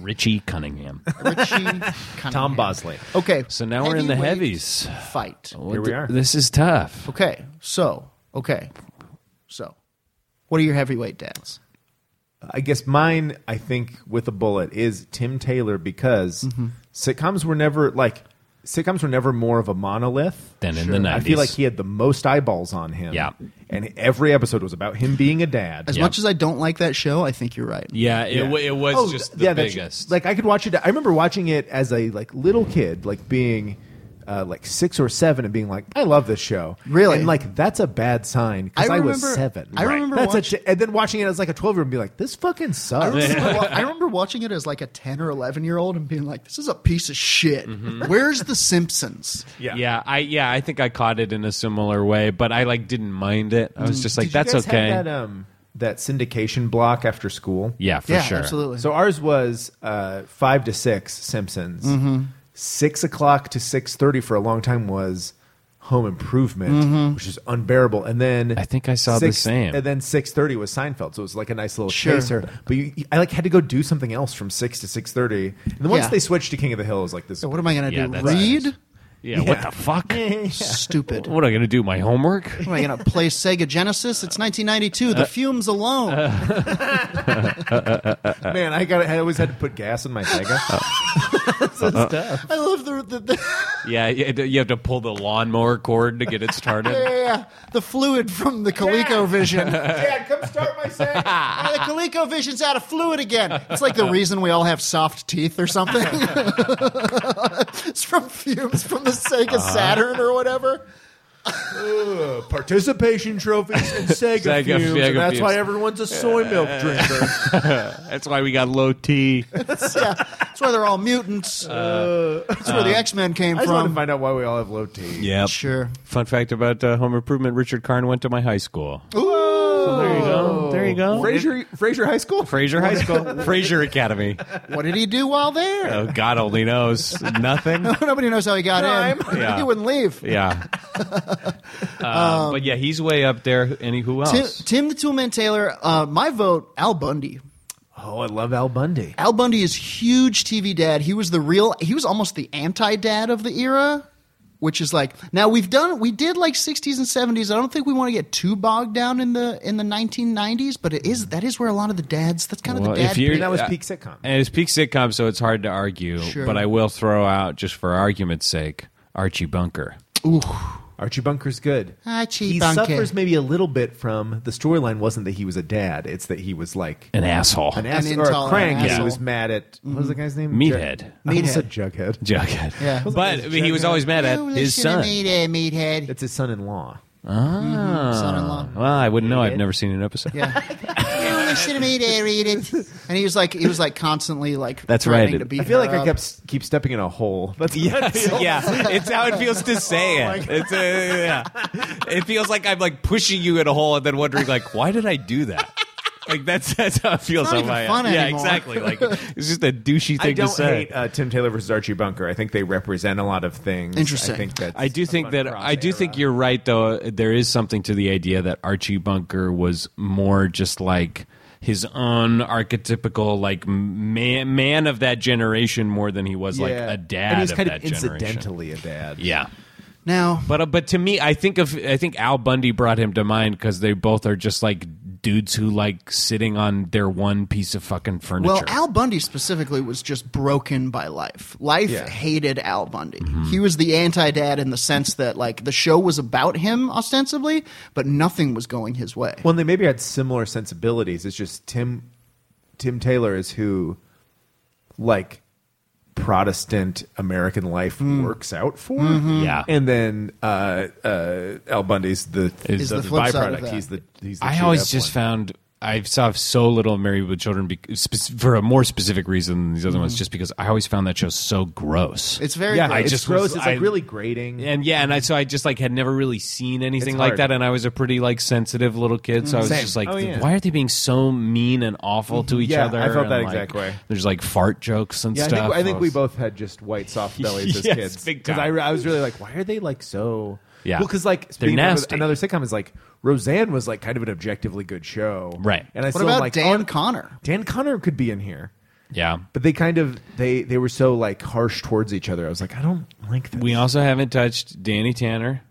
Richie Cunningham. Richie Tom Cunningham. Bosley. Okay, So now we're in the heavyweight heavies. fight. What we the- are. This is tough. Okay, so okay, so what are your heavyweight dads? I guess mine, I think, with a bullet is Tim Taylor because Mm-hmm. sitcoms were never like sitcoms were never more of a monolith. Then in the I nineties, feel like he had the most eyeballs on him. Yeah. and every episode was about him being a dad. As much as I don't like that show, I think you're right. yeah, it, wa- it was Oh, just the yeah, that's- biggest. Like I could watch it. I remember watching it as a like little kid, like being. Uh, like six or seven, and being like, "I love this show." Really? and like that's a bad sign because I, I was remember- seven. I remember that's watch- a, and then watching it as like a twelve year old, and be like, "This fucking sucks." I remember, wa- I remember watching it as like a 10 or 11 year old and being like, this is a piece of shit. Mm-hmm. Where's The Simpsons? yeah. I yeah, I think I caught it in a similar way, but I like didn't mind it. I Mm. was just like, Did that's you guys okay. uh, Have that, um, that syndication block after school. yeah, for yeah, sure. absolutely. So ours was uh, five to six Simpsons. Mm-hmm. Six o'clock to six thirty for a long time was Home Improvement, which is unbearable. And then Mm-hmm. I think I saw the same. And then six thirty was Seinfeld, so it was like a nice little Sure. chaser. But you, you- I like had to go do something else from six to six thirty. And then once Yeah. they switched to King of the Hill, it was like this. so what am I going to Yeah, do? that's- Read? Yeah, what the fuck? Stupid. What am I gonna do? My homework? Am I going to play Sega Genesis? It's 1992. Uh, The fumes alone. man, I got. I always had to put gas in my Sega. I love the the, the, yeah, you had to- you have to pull the lawnmower cord to get it started. yeah, the fluid from the ColecoVision. Dad, come start my Sega. Ah, the ColecoVision's out of fluid again. It's like the reason we all have soft teeth or something. it's from fumes from the Sega Uh-huh. Saturn or whatever. participation trophies and Sega, Sega fumes, fumes, and that's fumes. why everyone's a soy milk drinker. That's why we got low T. yeah, that's why they're all mutants. that's where the X Men came Uh, I just want to from. find out why we all have low T. Yeah. Sure. Fun fact about uh, Home Improvement: Richard Karn went to my high school. there you go. There you go. Fraser, Fraser High School. Fraser High School, Fraser Academy. What did he do while there? Oh, God only knows nothing. Nobody knows how he got in. Yeah. He wouldn't leave. Yeah, um, but yeah, he's way up there. Any who Tim, else? Tim the Toolman Taylor. Uh, my vote, Al Bundy. Oh, I love Al Bundy. Al Bundy is huge TV dad. He was the real. He was almost the anti dad of the era, which is like now we've done. We did like sixties and seventies. I don't think we want to get too bogged down in the in the nineteen nineties. But it is that is where a lot of the dads. That's kind Well, of the dad. if you're- period. That was Yeah. peak sitcom. and it's peak sitcom, so it's hard to argue. Sure. But I will throw out, just for argument's sake, Archie Bunker. Archie Bunker's good. Archie he Bunker. suffers maybe a little bit from the storyline. Wasn't that he was a dad? It's that he was like An asshole. an ass or a intolerant crank. and He asshole. was mad at what was the guy's name? Meathead. Jug- I almost said Jughead. Jughead. Yeah. But I mean, he was always mad at You his listen to son. me there, meathead. That's his son-in-law. son-in-law. Well, Ah, I wouldn't know. I've never seen an episode. Yeah. you listen to me there, read it. And he was like, he was like constantly like. That's threatening right. To beat I feel her like I up. kept keep stepping in a hole. That's Yes, yeah. It's how it feels to say it. It's uh, yeah. It feels like I'm like pushing you in a hole and then wondering like, why did I do that? Like that's that's how it feels. not on even my fun end. yeah, anymore. exactly. Like it's just a douchey thing I don't to say. hate uh, Tim Taylor versus Archie Bunker. I think they represent a lot of things. Interesting. I think that I do think that I do think you're right though. There is something to the idea that Archie Bunker was more just like his own archetypical like man man of that generation more than he was like a dad And he's of kind that of generation. incidentally a dad. Yeah. Now, But uh, but to me, I think of I think Al Bundy brought him to mind because they both are just like dudes who like sitting on their one piece of fucking furniture. Well, Al Bundy specifically was just broken by life. Life Yeah. Mm-hmm. hated Al Bundy. He was the anti dad in the sense that, like, the show was about him ostensibly, but nothing was going his way. Well, and they maybe had similar sensibilities. It's just Tim Tim Taylor is who like Protestant American life Hmm. works out for. Mm-hmm. Yeah. And then uh, uh, Al Bundy's the Is the flip side of that. He's the he's the I chewed always up just one. found I saw so little Married with Children be, spec- for a more specific reason than these other ones, just because I always found that show so gross. it's very, yeah, I Mm-hmm. it's just gross. was- it's like I- really grating. and yeah, and I so I just like had never really seen anything It's like hard. that, and I was a pretty like sensitive little kid, so I was just like, Oh, yeah. Mm-hmm. why are they being so mean and awful to each Yeah, other? I felt And, that like, exact way. There's like fart jokes and yeah, I stuff. think, I think we was- both had just white soft bellies as Yes, kids. big Because I, time. I was really like, why are they like so? Yeah. Well, because like They're speaking of nasty. Another sitcom is like Roseanne was like kind of an objectively good show, Right. And I what still about like Dan oh, Connor? Dan Connor could be in here, yeah. but they kind of they they were so like harsh towards each other. I was like, I don't like this. We also haven't touched Danny Tanner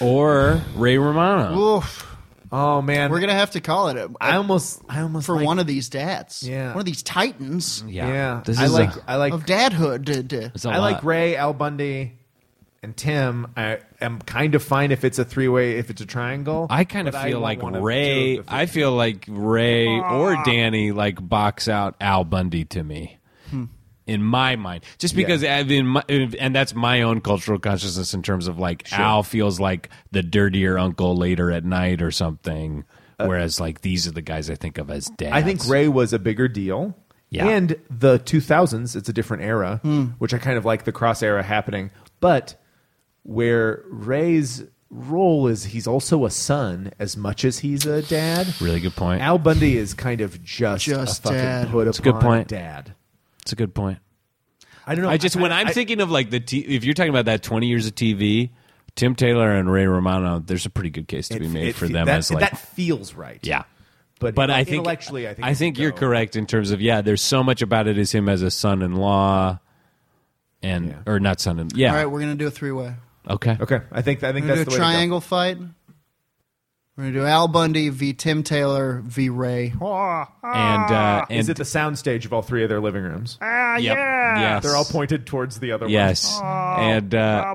or Ray Romano. Oof. oh man, We're going to have to call it a, I almost I almost for like- one of these dads. Yeah. One of these titans yeah. This I is like a- I like of dadhood. Duh, duh. it's a I like lot. Ray, Al Bundy, and Tim. I am kind of fine if it's a three way, if it's a triangle. I kind of but feel won't like wanna Ray. do it if it- I feel like Ray or Danny like box out Al Bundy to me. Hmm. In my mind, just because I've in my, and that's my own cultural consciousness in terms of like Al feels like the dirtier uncle later at night or something, whereas like these are the guys I think of as dads. Uh, I think Ray was a bigger deal. Yeah. And the 2000s, it's a different era, which I kind of like the cross era happening. But where Ray's role is he's also a son as much as he's a dad. really good point. Al Bundy is kind of just, Just a fucking dad. put a good upon point. dad. It's a good point. I don't know. I just when I'm I- thinking of like the t- if you're talking about that 20 years of TV, Tim Taylor and Ray Romano, there's a pretty good case to it- be made it- for them that, as like that feels right. yeah. But, But in- I think intellectually, I think I it's a think you're go. correct in terms of yeah. There's so much about it as him as a son-in-law, and or not son-in. Yeah. All right, we're going to do a three way. okay. Okay, I think I think We're gonna do a that's the way to go. triangle fight. We're gonna do Al Bundy v Tim Taylor v Ray. And uh, and Is it the soundstage of all three of their living rooms? yep, yes. They're all Oh, pointed towards the other Yes. and uh,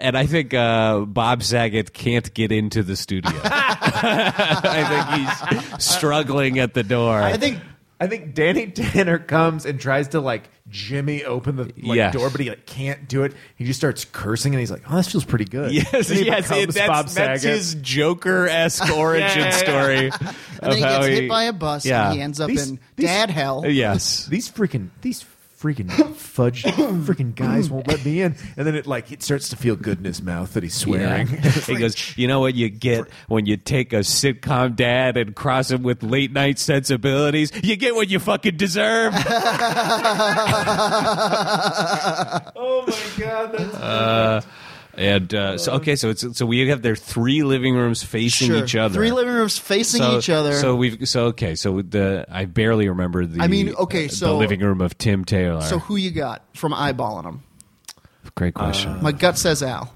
And I think uh, Bob Saget can't get into the studio. I think he's struggling at the door. I think I think Danny Tanner comes and tries to like Jimmy open the like, Yes. door, but he like can't do it. He just starts cursing and he's like, "Oh, this feels pretty good." Yes, And he yes, it, becomes that's, Bob that's Saget. his Joker esque origin story. And then he of how gets hit by a bus yeah. and he ends up These- in these- dad hell. Yes. These freaking these freaking fudge freaking guys won't let me in, and then it like it starts to feel good in his mouth that he's swearing. Yeah. he goes, you know what you get when you take a sitcom dad and cross him with late night sensibilities? You get what you fucking deserve. oh my god, that's and uh, so, okay, so it's so we have their three living rooms facing Sure. each other. Three living rooms facing so, each other. So we've so okay. So the I barely remember the. I mean, okay, uh, the so- living room of Tim Taylor. So who you got from eyeballing them? Great question. My gut says Al.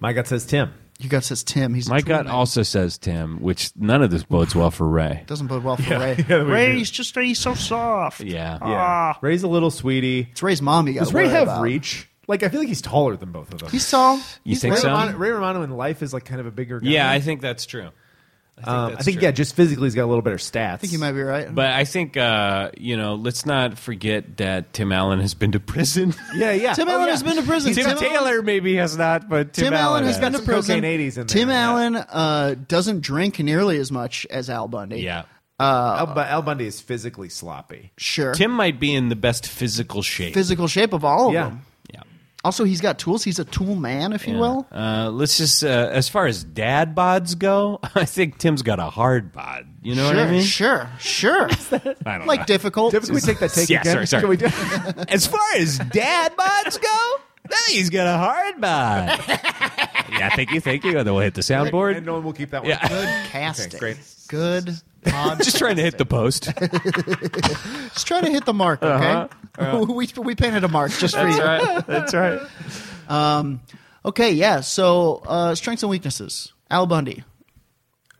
my gut says Tim. Your gut says Tim. He's a My true gut man. also says Tim, which none of this bodes well for Ray. doesn't bode well for Ray. Ray's just he's so soft. Yeah. Yeah, Ray's a little sweetie. It's Ray's mom. You got Does Ray have reach? Like I feel like he's taller than both of them. He's tall. You He's think Ray so? Romano, Ray Romano in life is like kind of a bigger guy. Yeah, I think that's true. I think, Um, I that's think true. yeah, just physically he's got a little better stats. I You might be right. But I think uh, you know, let's not forget that Tim Allen has been to prison. Yeah, yeah. Tim Allen has been to prison. Tim, Taylor maybe has not, but Tim, Tim Allen has been Got to some prison. cocaine 80s in there, Tim yeah. Allen uh, doesn't drink nearly as much as Al Bundy. Yeah. Al, Bu- Al Bundy is physically sloppy. sure. Tim might be in the best physical shape. physical shape of all of Yeah. them. yeah. Also, he's got tools. He's a tool man, if you will. Uh, let's just, uh, as far as dad bods go, I think Tim's got a hard bod. You know what I mean? sure, sure, sure. I don't like know. difficult. Can we take that take Yeah, again? sorry, sorry. Can we do- As far as dad bods go, I think he's got a hard bod. yeah, thank you, thank you. Otherwise, we'll hit the and soundboard. no one will keep that one. Yeah. Good casting. Okay, great. Good. pod- Just trying to hit the post. Just trying to hit the mark. Okay. we we painted a mark just for you. Um, right. Uh-huh. That's right. Okay. Yeah. So uh, strengths and weaknesses. Al Bundy.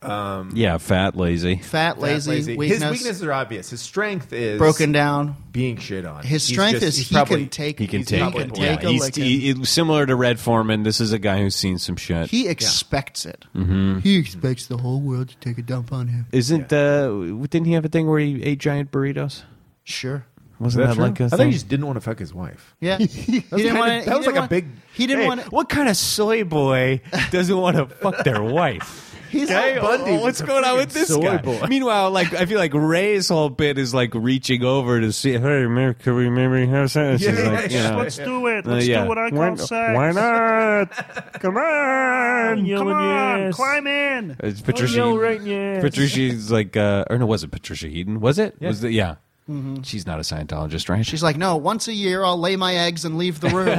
Um, yeah, fat, lazy. Fat, lazy, weakness. His weaknesses are obvious. His strength is Broken down. being shit on. His He's strength just- is he's he probably- can take. He can he's take probably it. born. Yeah, Take a he's, licking. he, he- similar to Red Foreman. This is a guy who's seen some shit. He expects it. Mm-hmm. He expects the whole world to take a dump on him. Isn't uh, didn't he have a thing where he ate giant burritos? Sure. Is Wasn't that that, true? like a I think thing? he just didn't want to fuck his wife. Yeah. He didn't kinda- want. that was like a big- He didn't Hey, want. what kind of soy boy doesn't want to fuck their wife? He's Okay, Al Bundy oh, was what's a going on freaking with this soy guy? boy. Meanwhile, like I feel like Ray's whole bit is like reaching over to see. Hey, man, can we maybe have sex? He's like, you know, Let's do it. uh, Let's yeah. do what I call why, sex. Why not? Come on, Oh, Come on, climb in. It's Patricia. Heaton. Patricia's like, uh, or no, was it Patricia Heaton? Was it? Yeah. Was it? Yeah. Mm-hmm. She's not a Scientologist, right? She's like, no. Once a year, I'll lay my eggs and leave the room.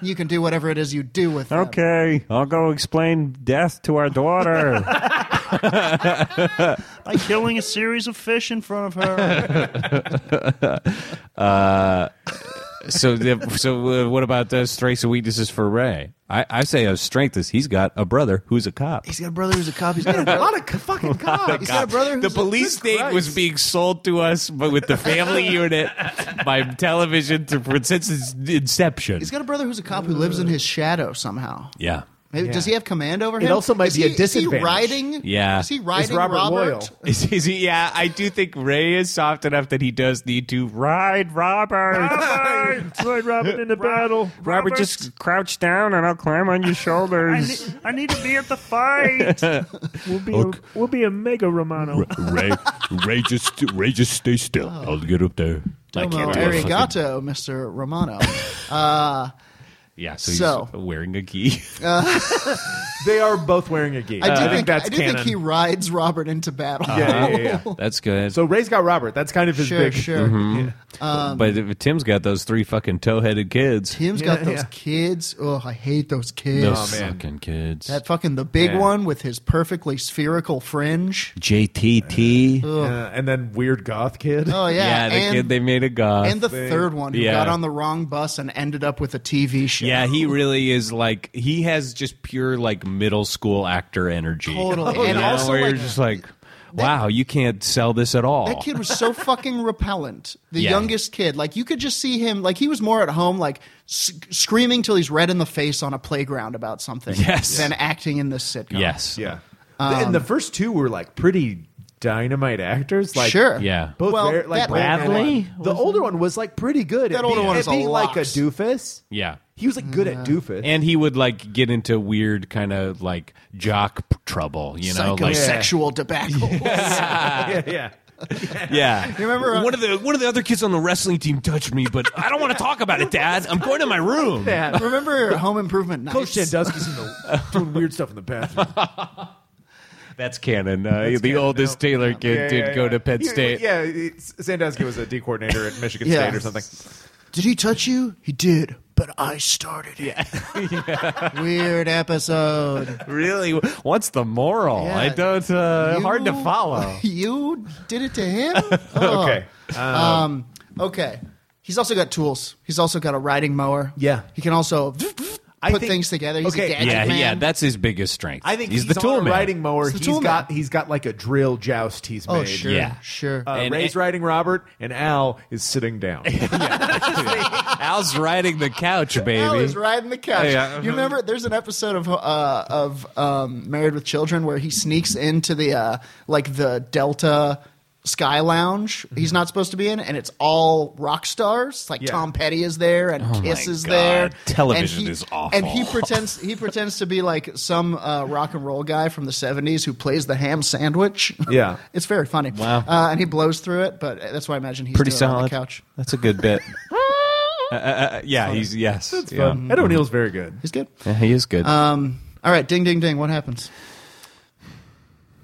you can do whatever it is you do with them. okay. I'll go explain death to our daughter. By killing a series of fish in front of her. so, the, so uh, what about the strengths and weaknesses for Ray? I, I say a strength is he's got a brother who's a cop. He's got a brother who's a cop. He's got a brother. What a fucking cop! He's got a brother. Who's the a- police Good state was Christ. being sold to us, but with the family unit by television to, since its inception. He's got a brother who's a cop who lives in his shadow somehow. yeah. Maybe- Does he have command over him? also Is might be a he- Is disadvantage. he riding? Yeah. Is he Is riding Robert Robert? loyal? Is, is he, yeah, I do think Ray is soft enough that he does need to ride Robert. Slide Robin into battle. Robert, just crouch down and I'll climb on your I, shoulders. need, I need to be at the fight. We'll be, a, we'll be a mega Romano. Ray, Ray, just Ray, just stay still. Oh. I'll get up there. I Como arigato, Mr. Romano. Yeah, so, So. he's wearing a gi. They are both wearing a gi. I do, think, that's I do think canon. he rides Robert into battle. yeah, yeah, yeah, yeah. That's good. So Ray's got Robert. That's kind of his Sure, big. sure. Mm-hmm. but if Tim's got those three fucking toe-headed kids. Tim's got those yeah. kids. Oh, I hate those kids. Those fucking kids. That fucking the big Yeah. one with his perfectly spherical fringe. JTT. Uh, and then weird goth kid. Oh yeah, yeah, the and, kid they made a goth. and the third one who Yeah. got on the wrong bus and ended up with a TV show. yeah, he really is like he has just pure like middle school actor energy. Totally. You And know, also, where like, you're just like, wow, you can't sell this at all. That kid was so fucking repellent. The Yeah. youngest kid, like you could just see him. Like he was more at home, like s- screaming till he's red in the face on a playground about something, Yes. than acting in this sitcom. yes. Yeah. Um, and the first two were like pretty dynamite actors. Like Sure. Yeah. Both Well, very, like that older Bradley? one- The older one was like pretty good. That at older being, one at is a being like a lox. doofus. Yeah. He was like good at doofus. and he would like get into weird kind of like jock p- trouble, you know, like psychosexual debacle. yeah, yeah. yeah. You remember, uh, one of the one of the other kids on the wrestling team touched me, but I don't want to talk about it, Dad. I'm going to my room. Remember Home Improvement nights? Coach Sandusky's in the, doing weird stuff in the bathroom. That's canon. Uh, the oldest Taylor kid Yeah, did yeah, go yeah. to Penn He- State. Yeah, it's- Sandusky was a D coordinator at Michigan Yeah. State or something. Did he touch you? He did, but I started it. Weird episode. Really? What's the moral? Yeah. I don't. Uh, You- Hard to follow. You did it to him? Okay. Oh, okay. He's also got tools. He's also got a riding mower. Yeah. He can also I put think- things together. He's okay, a gadget Yeah, man. yeah. That's his biggest strength. I think he's, he's, the tool on a man. riding mower. the He's tool got man. he's got like a drill joust he's made. Oh, sure. Yeah. Sure. Uh, And- Ray's and- riding Robert, and Al is sitting down. Al's riding the couch, baby. Al is riding the couch. Yeah. You remember? There's an episode of uh, of um, Married with Children where he sneaks into the uh, like the Delta Sky Lounge. He's Mm-hmm. not supposed to be in, and it's all rock stars. Like Yeah. Tom Petty is there, and Kiss Oh my is God. there. Television And he- is awful. And he pretends he pretends to be like some uh, rock and roll guy from the '70s who plays the ham sandwich. Yeah. it's very funny. Wow. Uh, and he blows through it, but that's why I imagine he's Pretty doing it on solid. the couch. That's a good bit. Uh, uh, uh, yeah, he's yes. yeah. Um, Ed O'Neill's very good. He's good. Yeah, he is good. All right, ding, ding, ding. What happens?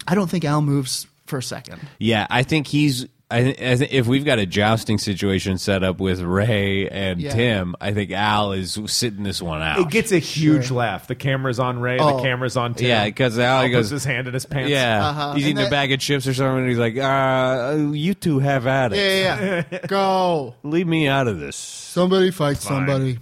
I don't think Al moves for a second. yeah, I think he's. I, thi- I think if we've got a jousting situation set up with Ray and Yeah. Tim, I think Al is sitting this one out. It gets a huge laugh. The camera's on Ray, Oh. the camera's on Tim. Yeah, 'cause Al Al goes- puts his hand in his pants. yeah, he's Uh-huh. And eating that- a bag of chips or something. And he's like, uh, "You two have at it. yeah, yeah. Go. Leave me out of this." Somebody fight somebody.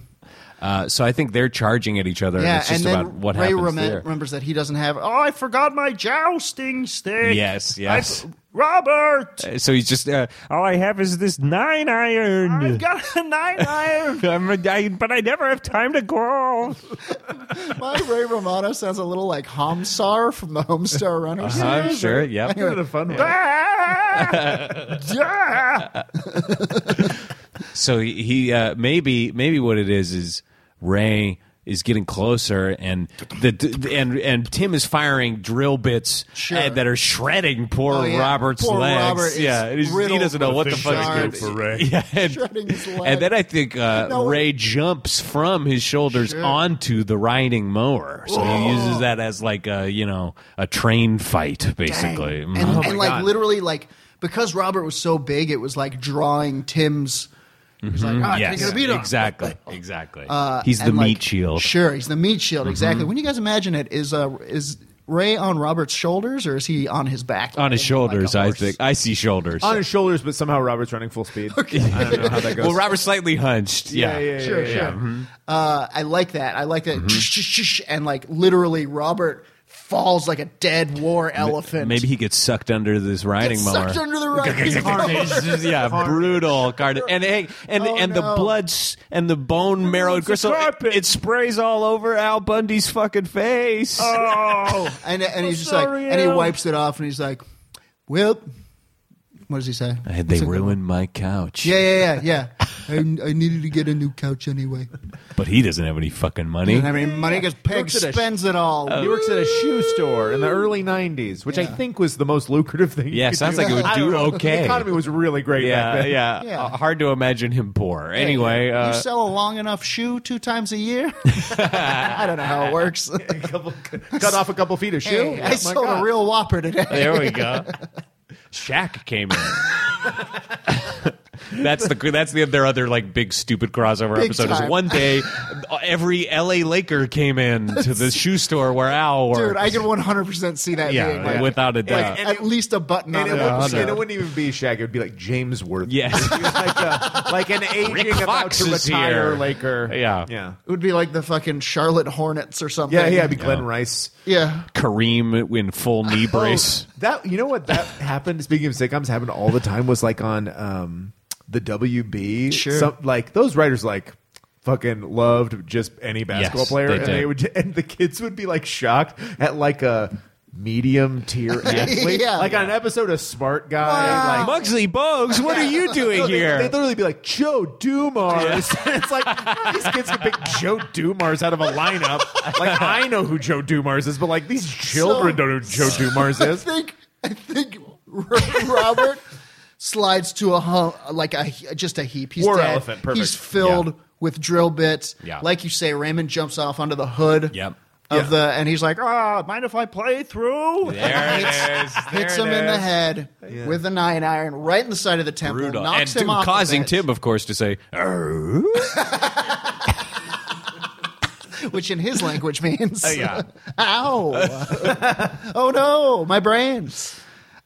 Uh, so I think they're charging at each other. and yeah, it's and just then about what Ray happens remem- there. remembers that he doesn't have. Oh, I forgot my jousting stick. Yes, I yes. f- Robert, Uh, So he's just uh, all I have is this nine I've iron. got a nine iron, I'm a- I- but I never have time to golf. my Ray Romano sounds a little like Homsar from the Homestar Runners. I'm sure. Yep. Give it a fun one. So he, he uh, maybe maybe what it is is Ray is getting closer, and the d- and and Tim is firing drill bits Sure. uh, that are shredding poor Oh, yeah. Robert's Poor legs. Robert is yeah, and he's- he riddled doesn't know with what the fish fuck shards. Good for Ray. Yeah, and, Shredding his leg. and then I think uh, No. Ray jumps from his shoulders Sure. onto the riding mower, so he uses that as like a you know a train fight basically. Mm. Oh and, and like literally like because Robert was so big, it was like drawing Tim's. He was like, "Ah, I yes, can't get a beat on. exactly, exactly. he's the And, like, meat shield. Mm-hmm. Sure, he's the meat shield. Exactly. When you guys imagine it, is uh, is Ray on Robert's shoulders or is he on his back? on his Like a shoulders. I horse? think I see shoulders. On his shoulders, but somehow Robert's running full speed. I don't know how that goes. well, Robert's slightly hunched. Yeah, Mm-hmm. Sure, sure. Uh, I like that. I like that. And like literally, Robert falls like a dead war elephant. Maybe he gets sucked under this riding Gets mower. sucked under the riding mower. yeah, brutal carnage. And hey, and Oh, and the no. blood s- and the bone marrow gristle. It, it sprays all over Al Bundy's fucking face. and and he's just like, and he wipes it off, and he's like, "Well, what does he say? they ruined my couch. Yeah, yeah, yeah, yeah. I, I needed to get a new couch anyway. but he doesn't have any fucking money. And I mean, money because Peg Works at a sh- spends it Oh, all. He works at a shoe store in the early '90s, which I think was the most lucrative thing. Yeah, you could sounds do. like it would I don't do know. okay. The economy was really great Yeah, back then. yeah, Yeah. Uh, hard to imagine him poor. Anyway, you uh, sell a long enough shoe two times a year. I don't know how it works. Cut off a couple feet of shoe. Hey, Yeah, I oh my sold God. a real Whopper today. There we go. Shaq came in. that's the that's the their other like big stupid crossover Big episode time. is one day every LA Laker came in to the shoe store where Al works. Dude, I can 100% see that yeah, being like, without a doubt. at least a button on And it. it, wouldn't, Yeah. and it wouldn't even be Shaq. It would be like James Worth. yes. like, a, like an aging Rick about Fox to is retire here. Laker. Yeah. yeah, It would be like the fucking Charlotte Hornets or something. yeah. yeah it'd be Glenn Rice. Yeah. Kareem in full knee Oh, brace. Oh, That you know what that happened. Speaking of sitcoms, happened all the time. Was like on um, the WB. Sure. Some, like those writers like fucking loved just any basketball Yes, player, they and did. they would and the kids would be like shocked at like a medium tier athlete. Yeah. Like on an episode of Smart Guy. Like, Mugsley Bogues, what are you doing No, they- here? They, literally be like Joe Dumars. it's like these kids can pick Joe Dumars out of a lineup. Like I know who Joe Dumars is, but like these children So- don't know who Joe Dumars I is. think I think Robert slides to a hum, like a just a heap. He's War dead. elephant, perfect. He's filled Yeah. with drill bits. Yeah. Like you say, Raymond jumps off onto the hood. Yep. Of Yeah. the and he's like, Uh, ah, mind if I play through? there it is. hits There him it in the is. head with a nine iron right in the side of the temple, Brutal. knocks and him off, the causing bench, Tim, of course, to say, "Arr." which in his language means, yeah. ow, oh no, my brains.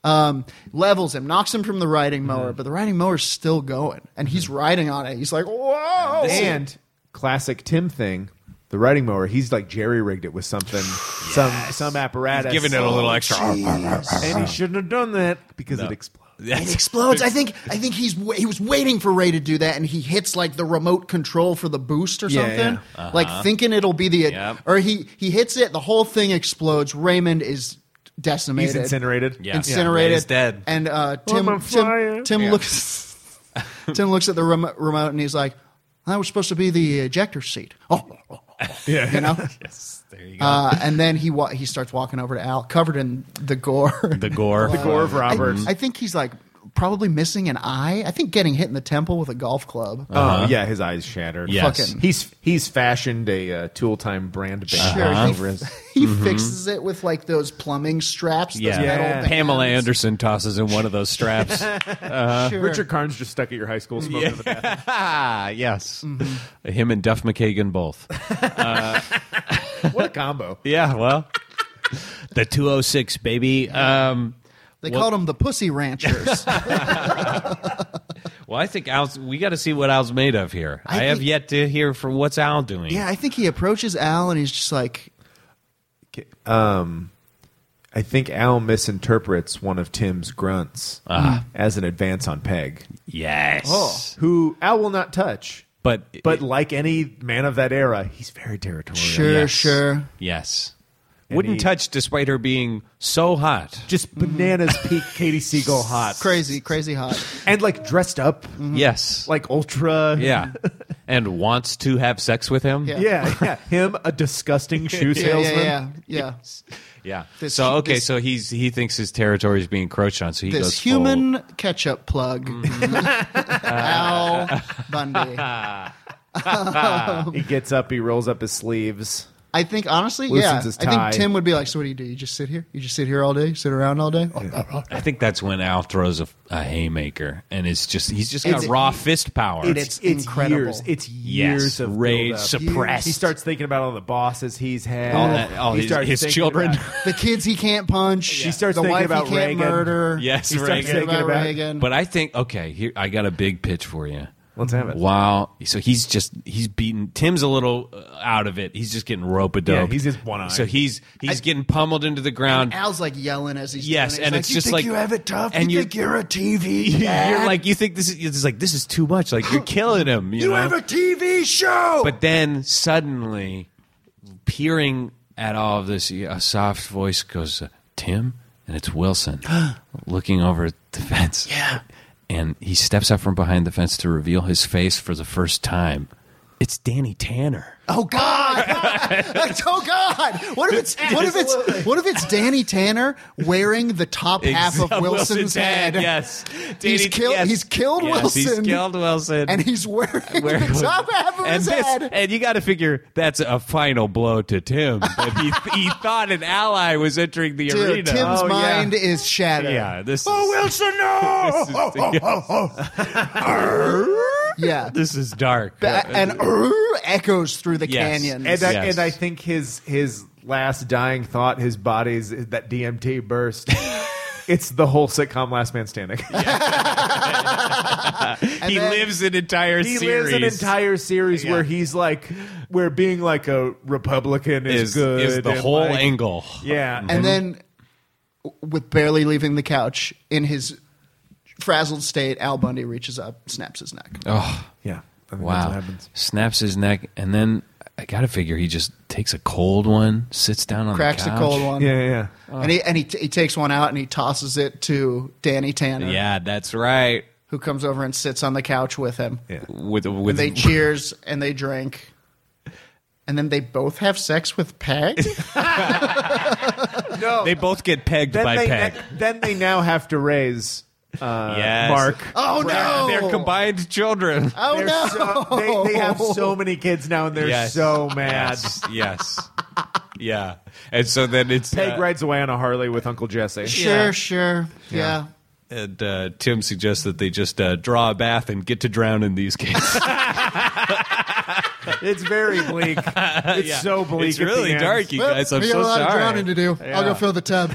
Um, levels him, knocks him from the riding mower, but the riding mower's still going, and he's riding on it. He's like, whoa, And classic Tim thing. The riding mower, he's like jerry rigged it with something, some some apparatus, giving it a little extra. and he shouldn't have done that because it explodes. it explodes. I think I think he's wa- he was waiting for Ray to do that, and he hits like the remote control for the boost or Yeah, something, yeah. like thinking it'll be the Yep. or he he hits it, the whole thing explodes. Raymond is decimated, He's incinerated. Yeah. incinerated, Ray's dead. and uh, Tim I'm Tim, flying. Tim looks Tim looks at the remote, remote and he's like, "That was supposed to be the ejector seat." Oh, Yeah. you know. Yes, there you go. Uh, and then he wa- he starts walking over to Al, covered in the gore. the gore. The gore of I- Roberts. I, think he's like probably missing an eye. I think getting hit in the temple with a golf club. Oh, yeah, his eyes shattered. Uh-huh. Yes. Fucking- He's he's fashioned a uh, tool time brand band Sure, he- over his. he fixes it with like those plumbing straps. Mm-hmm. Yeah. Those metal Yeah. bands. Pamela Anderson tosses in one of those straps. Sure. Richard Carnes just stuck at your high school smoking in the bathroom. Mm-hmm. ah, yes. Him and Duff McKagan both. What a combo! Yeah, well, the 206, baby. Um, They What- called them the Pussy Ranchers. Well, I think Al's, we got to see what Al's made of here. I, I have think- yet to hear from what's Al doing. Yeah, I think he approaches Al and he's just like, Um, I think Al misinterprets one of Tim's grunts Ah. as an advance on Peg, Yes. Oh. who Al will not touch. But But like any man of that era, he's very territorial. sure, Oh, Yes. sure. yes, And wouldn't he- touch despite her being so hot. Just Mm-hmm. bananas peak Katie Siegel hot. Crazy, crazy hot. And like dressed up Mm-hmm. Yes. like ultra. yeah. and wants to have sex with him. Yeah. Yeah. yeah. Him, a disgusting shoe Yeah, salesman. yeah, yeah, yeah. Yeah. This- so okay, this- so he's he thinks his territory is being encroached on, so he goes This full- human ketchup plug, Mm-hmm. Al Bundy. He gets up, he rolls up his sleeves. I think honestly, Loosens yeah. his I tie. think Tim would be like, "So what do you do? You just sit here? You just sit here all day? You sit around all day?" I think that's when Al throws a, a haymaker, and it's just he's just got It's- raw fist power. It's incredible. Years, it's Yes, years of rage buildup. suppressed. He starts thinking about all the bosses he's had, All that- all He his- starts his thinking children. about- The kids he can't punch. He starts the thinking wife about he can't Reagan. murder. Yes, he starts Reagan. thinking about, Thinking about- Reagan. But I think okay, here I got a big pitch for you. Let's have it. Wow. So he's just he's beaten Tim's a little uh, out of it. He's just getting rope a dope. Yeah, he's just one-eyed. So he's he's getting pummeled into the ground. Al's like yelling as he's Yes, doing it. He's and it's "You just think like you have it tough. and you you're- think you're a TV. You're dad? like you think this is it's like this is too much. Like you're killing him. You, you know? have a TV show. But then suddenly, peering at all of this, a soft voice goes, "Tim," and it's Wilson looking over at the fence. Yeah, and he steps up from behind the fence to reveal his face for the first time. It's Danny Tanner. oh God! That's- oh God! What if it's what if it's what if it's Danny Tanner wearing the top half of Ex- Wilson's, head? Yes, He's killed- he's killed Yes, Wilson. He's killed Wilson. And he's wearing the top half of and his this- head. And you got to figure that's a final blow to Tim. That he, he thought an ally was entering the Dude, arena. Tim's Oh, yeah. mind is shattered. Yeah, this. Oh, is, Wilson, no! This is- Yeah. This is dark. Uh, Ba- and "Urgh" echoes through the Yes. canyons. And I, Yes. and I think his his last dying thought, his body's that DMT burst. it's the whole sitcom Last Man Standing. he then- lives an entire he series. lives an entire series Yeah. where he's like, where being like a Republican is, is, good. is the and whole like- angle. Mm. Yeah, and then, w- with barely leaving the couch in his frazzled state, Al Bundy reaches up, snaps his neck. Oh yeah. I think that's wow! what happens. Snaps his neck, and then I gotta figure he just takes a cold one, sits down on cracks the the couch. cold one. Yeah, yeah. yeah. And he and he, t- he takes one out and he tosses it to Danny Tanner, Yeah, that's right. who comes over and sits on the couch with him. With with They cheers and they drink. And then they both have sex with Peg? No, they both get pegged then by they Peg. then they now have to raise uh, Yes. Mark. Oh no! They're combined children. Oh They're no! so- they, they have so many kids now, and they're Yes. so mad. Yes. yes. Yeah. And so then it's uh, Peg rides away on a Harley with Uncle Jesse. Sure, Yeah. sure. Yeah. and uh, Tim suggests that they just uh, draw a bath and get to drown in these kids. It's very bleak. It's so bleak. it's at the really end. dark, you guys. I'm we got so a lot sorry. of drowning to do. I'll go fill the tub.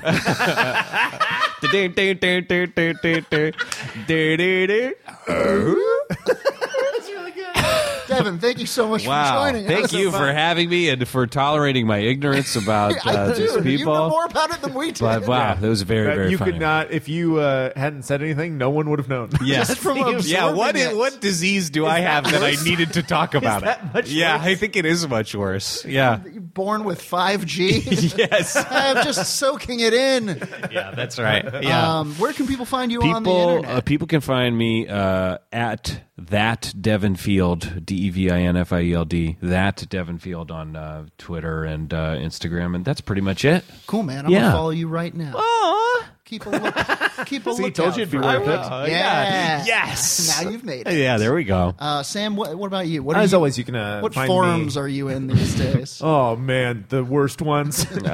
Devin, thank you so much Wow. for joining us. Thank you for having me and for tolerating my ignorance about I uh, do. these You know people. more about it than we did. But wow, that was very, But very you funny. could not, if you uh, hadn't said anything, no one would have known. Yeah. Just from yeah, absorbing what is, it. what disease do I have that I needed to talk about it? that much yeah, worse? I think it is much worse. Yeah. Born with 5G. yes. I'm just soaking it in. Yeah, that's right. Yeah. Um, where can people find you on the people internet? uh, people can find me uh, at that Devon Field D E V I N F I E L D that Devon Field on uh, Twitter and uh, Instagram and that's pretty much it. cool, man. I'm yeah. gonna follow you right now. Keep a look. Keep a See, look. told you it'd be worth it. Yeah. Yes. Now you've made it. Yeah, there we go. Uh, Sam, what, what about you? What are As you, always, you can uh, What find forums me. are you in these days? Oh man, the worst ones.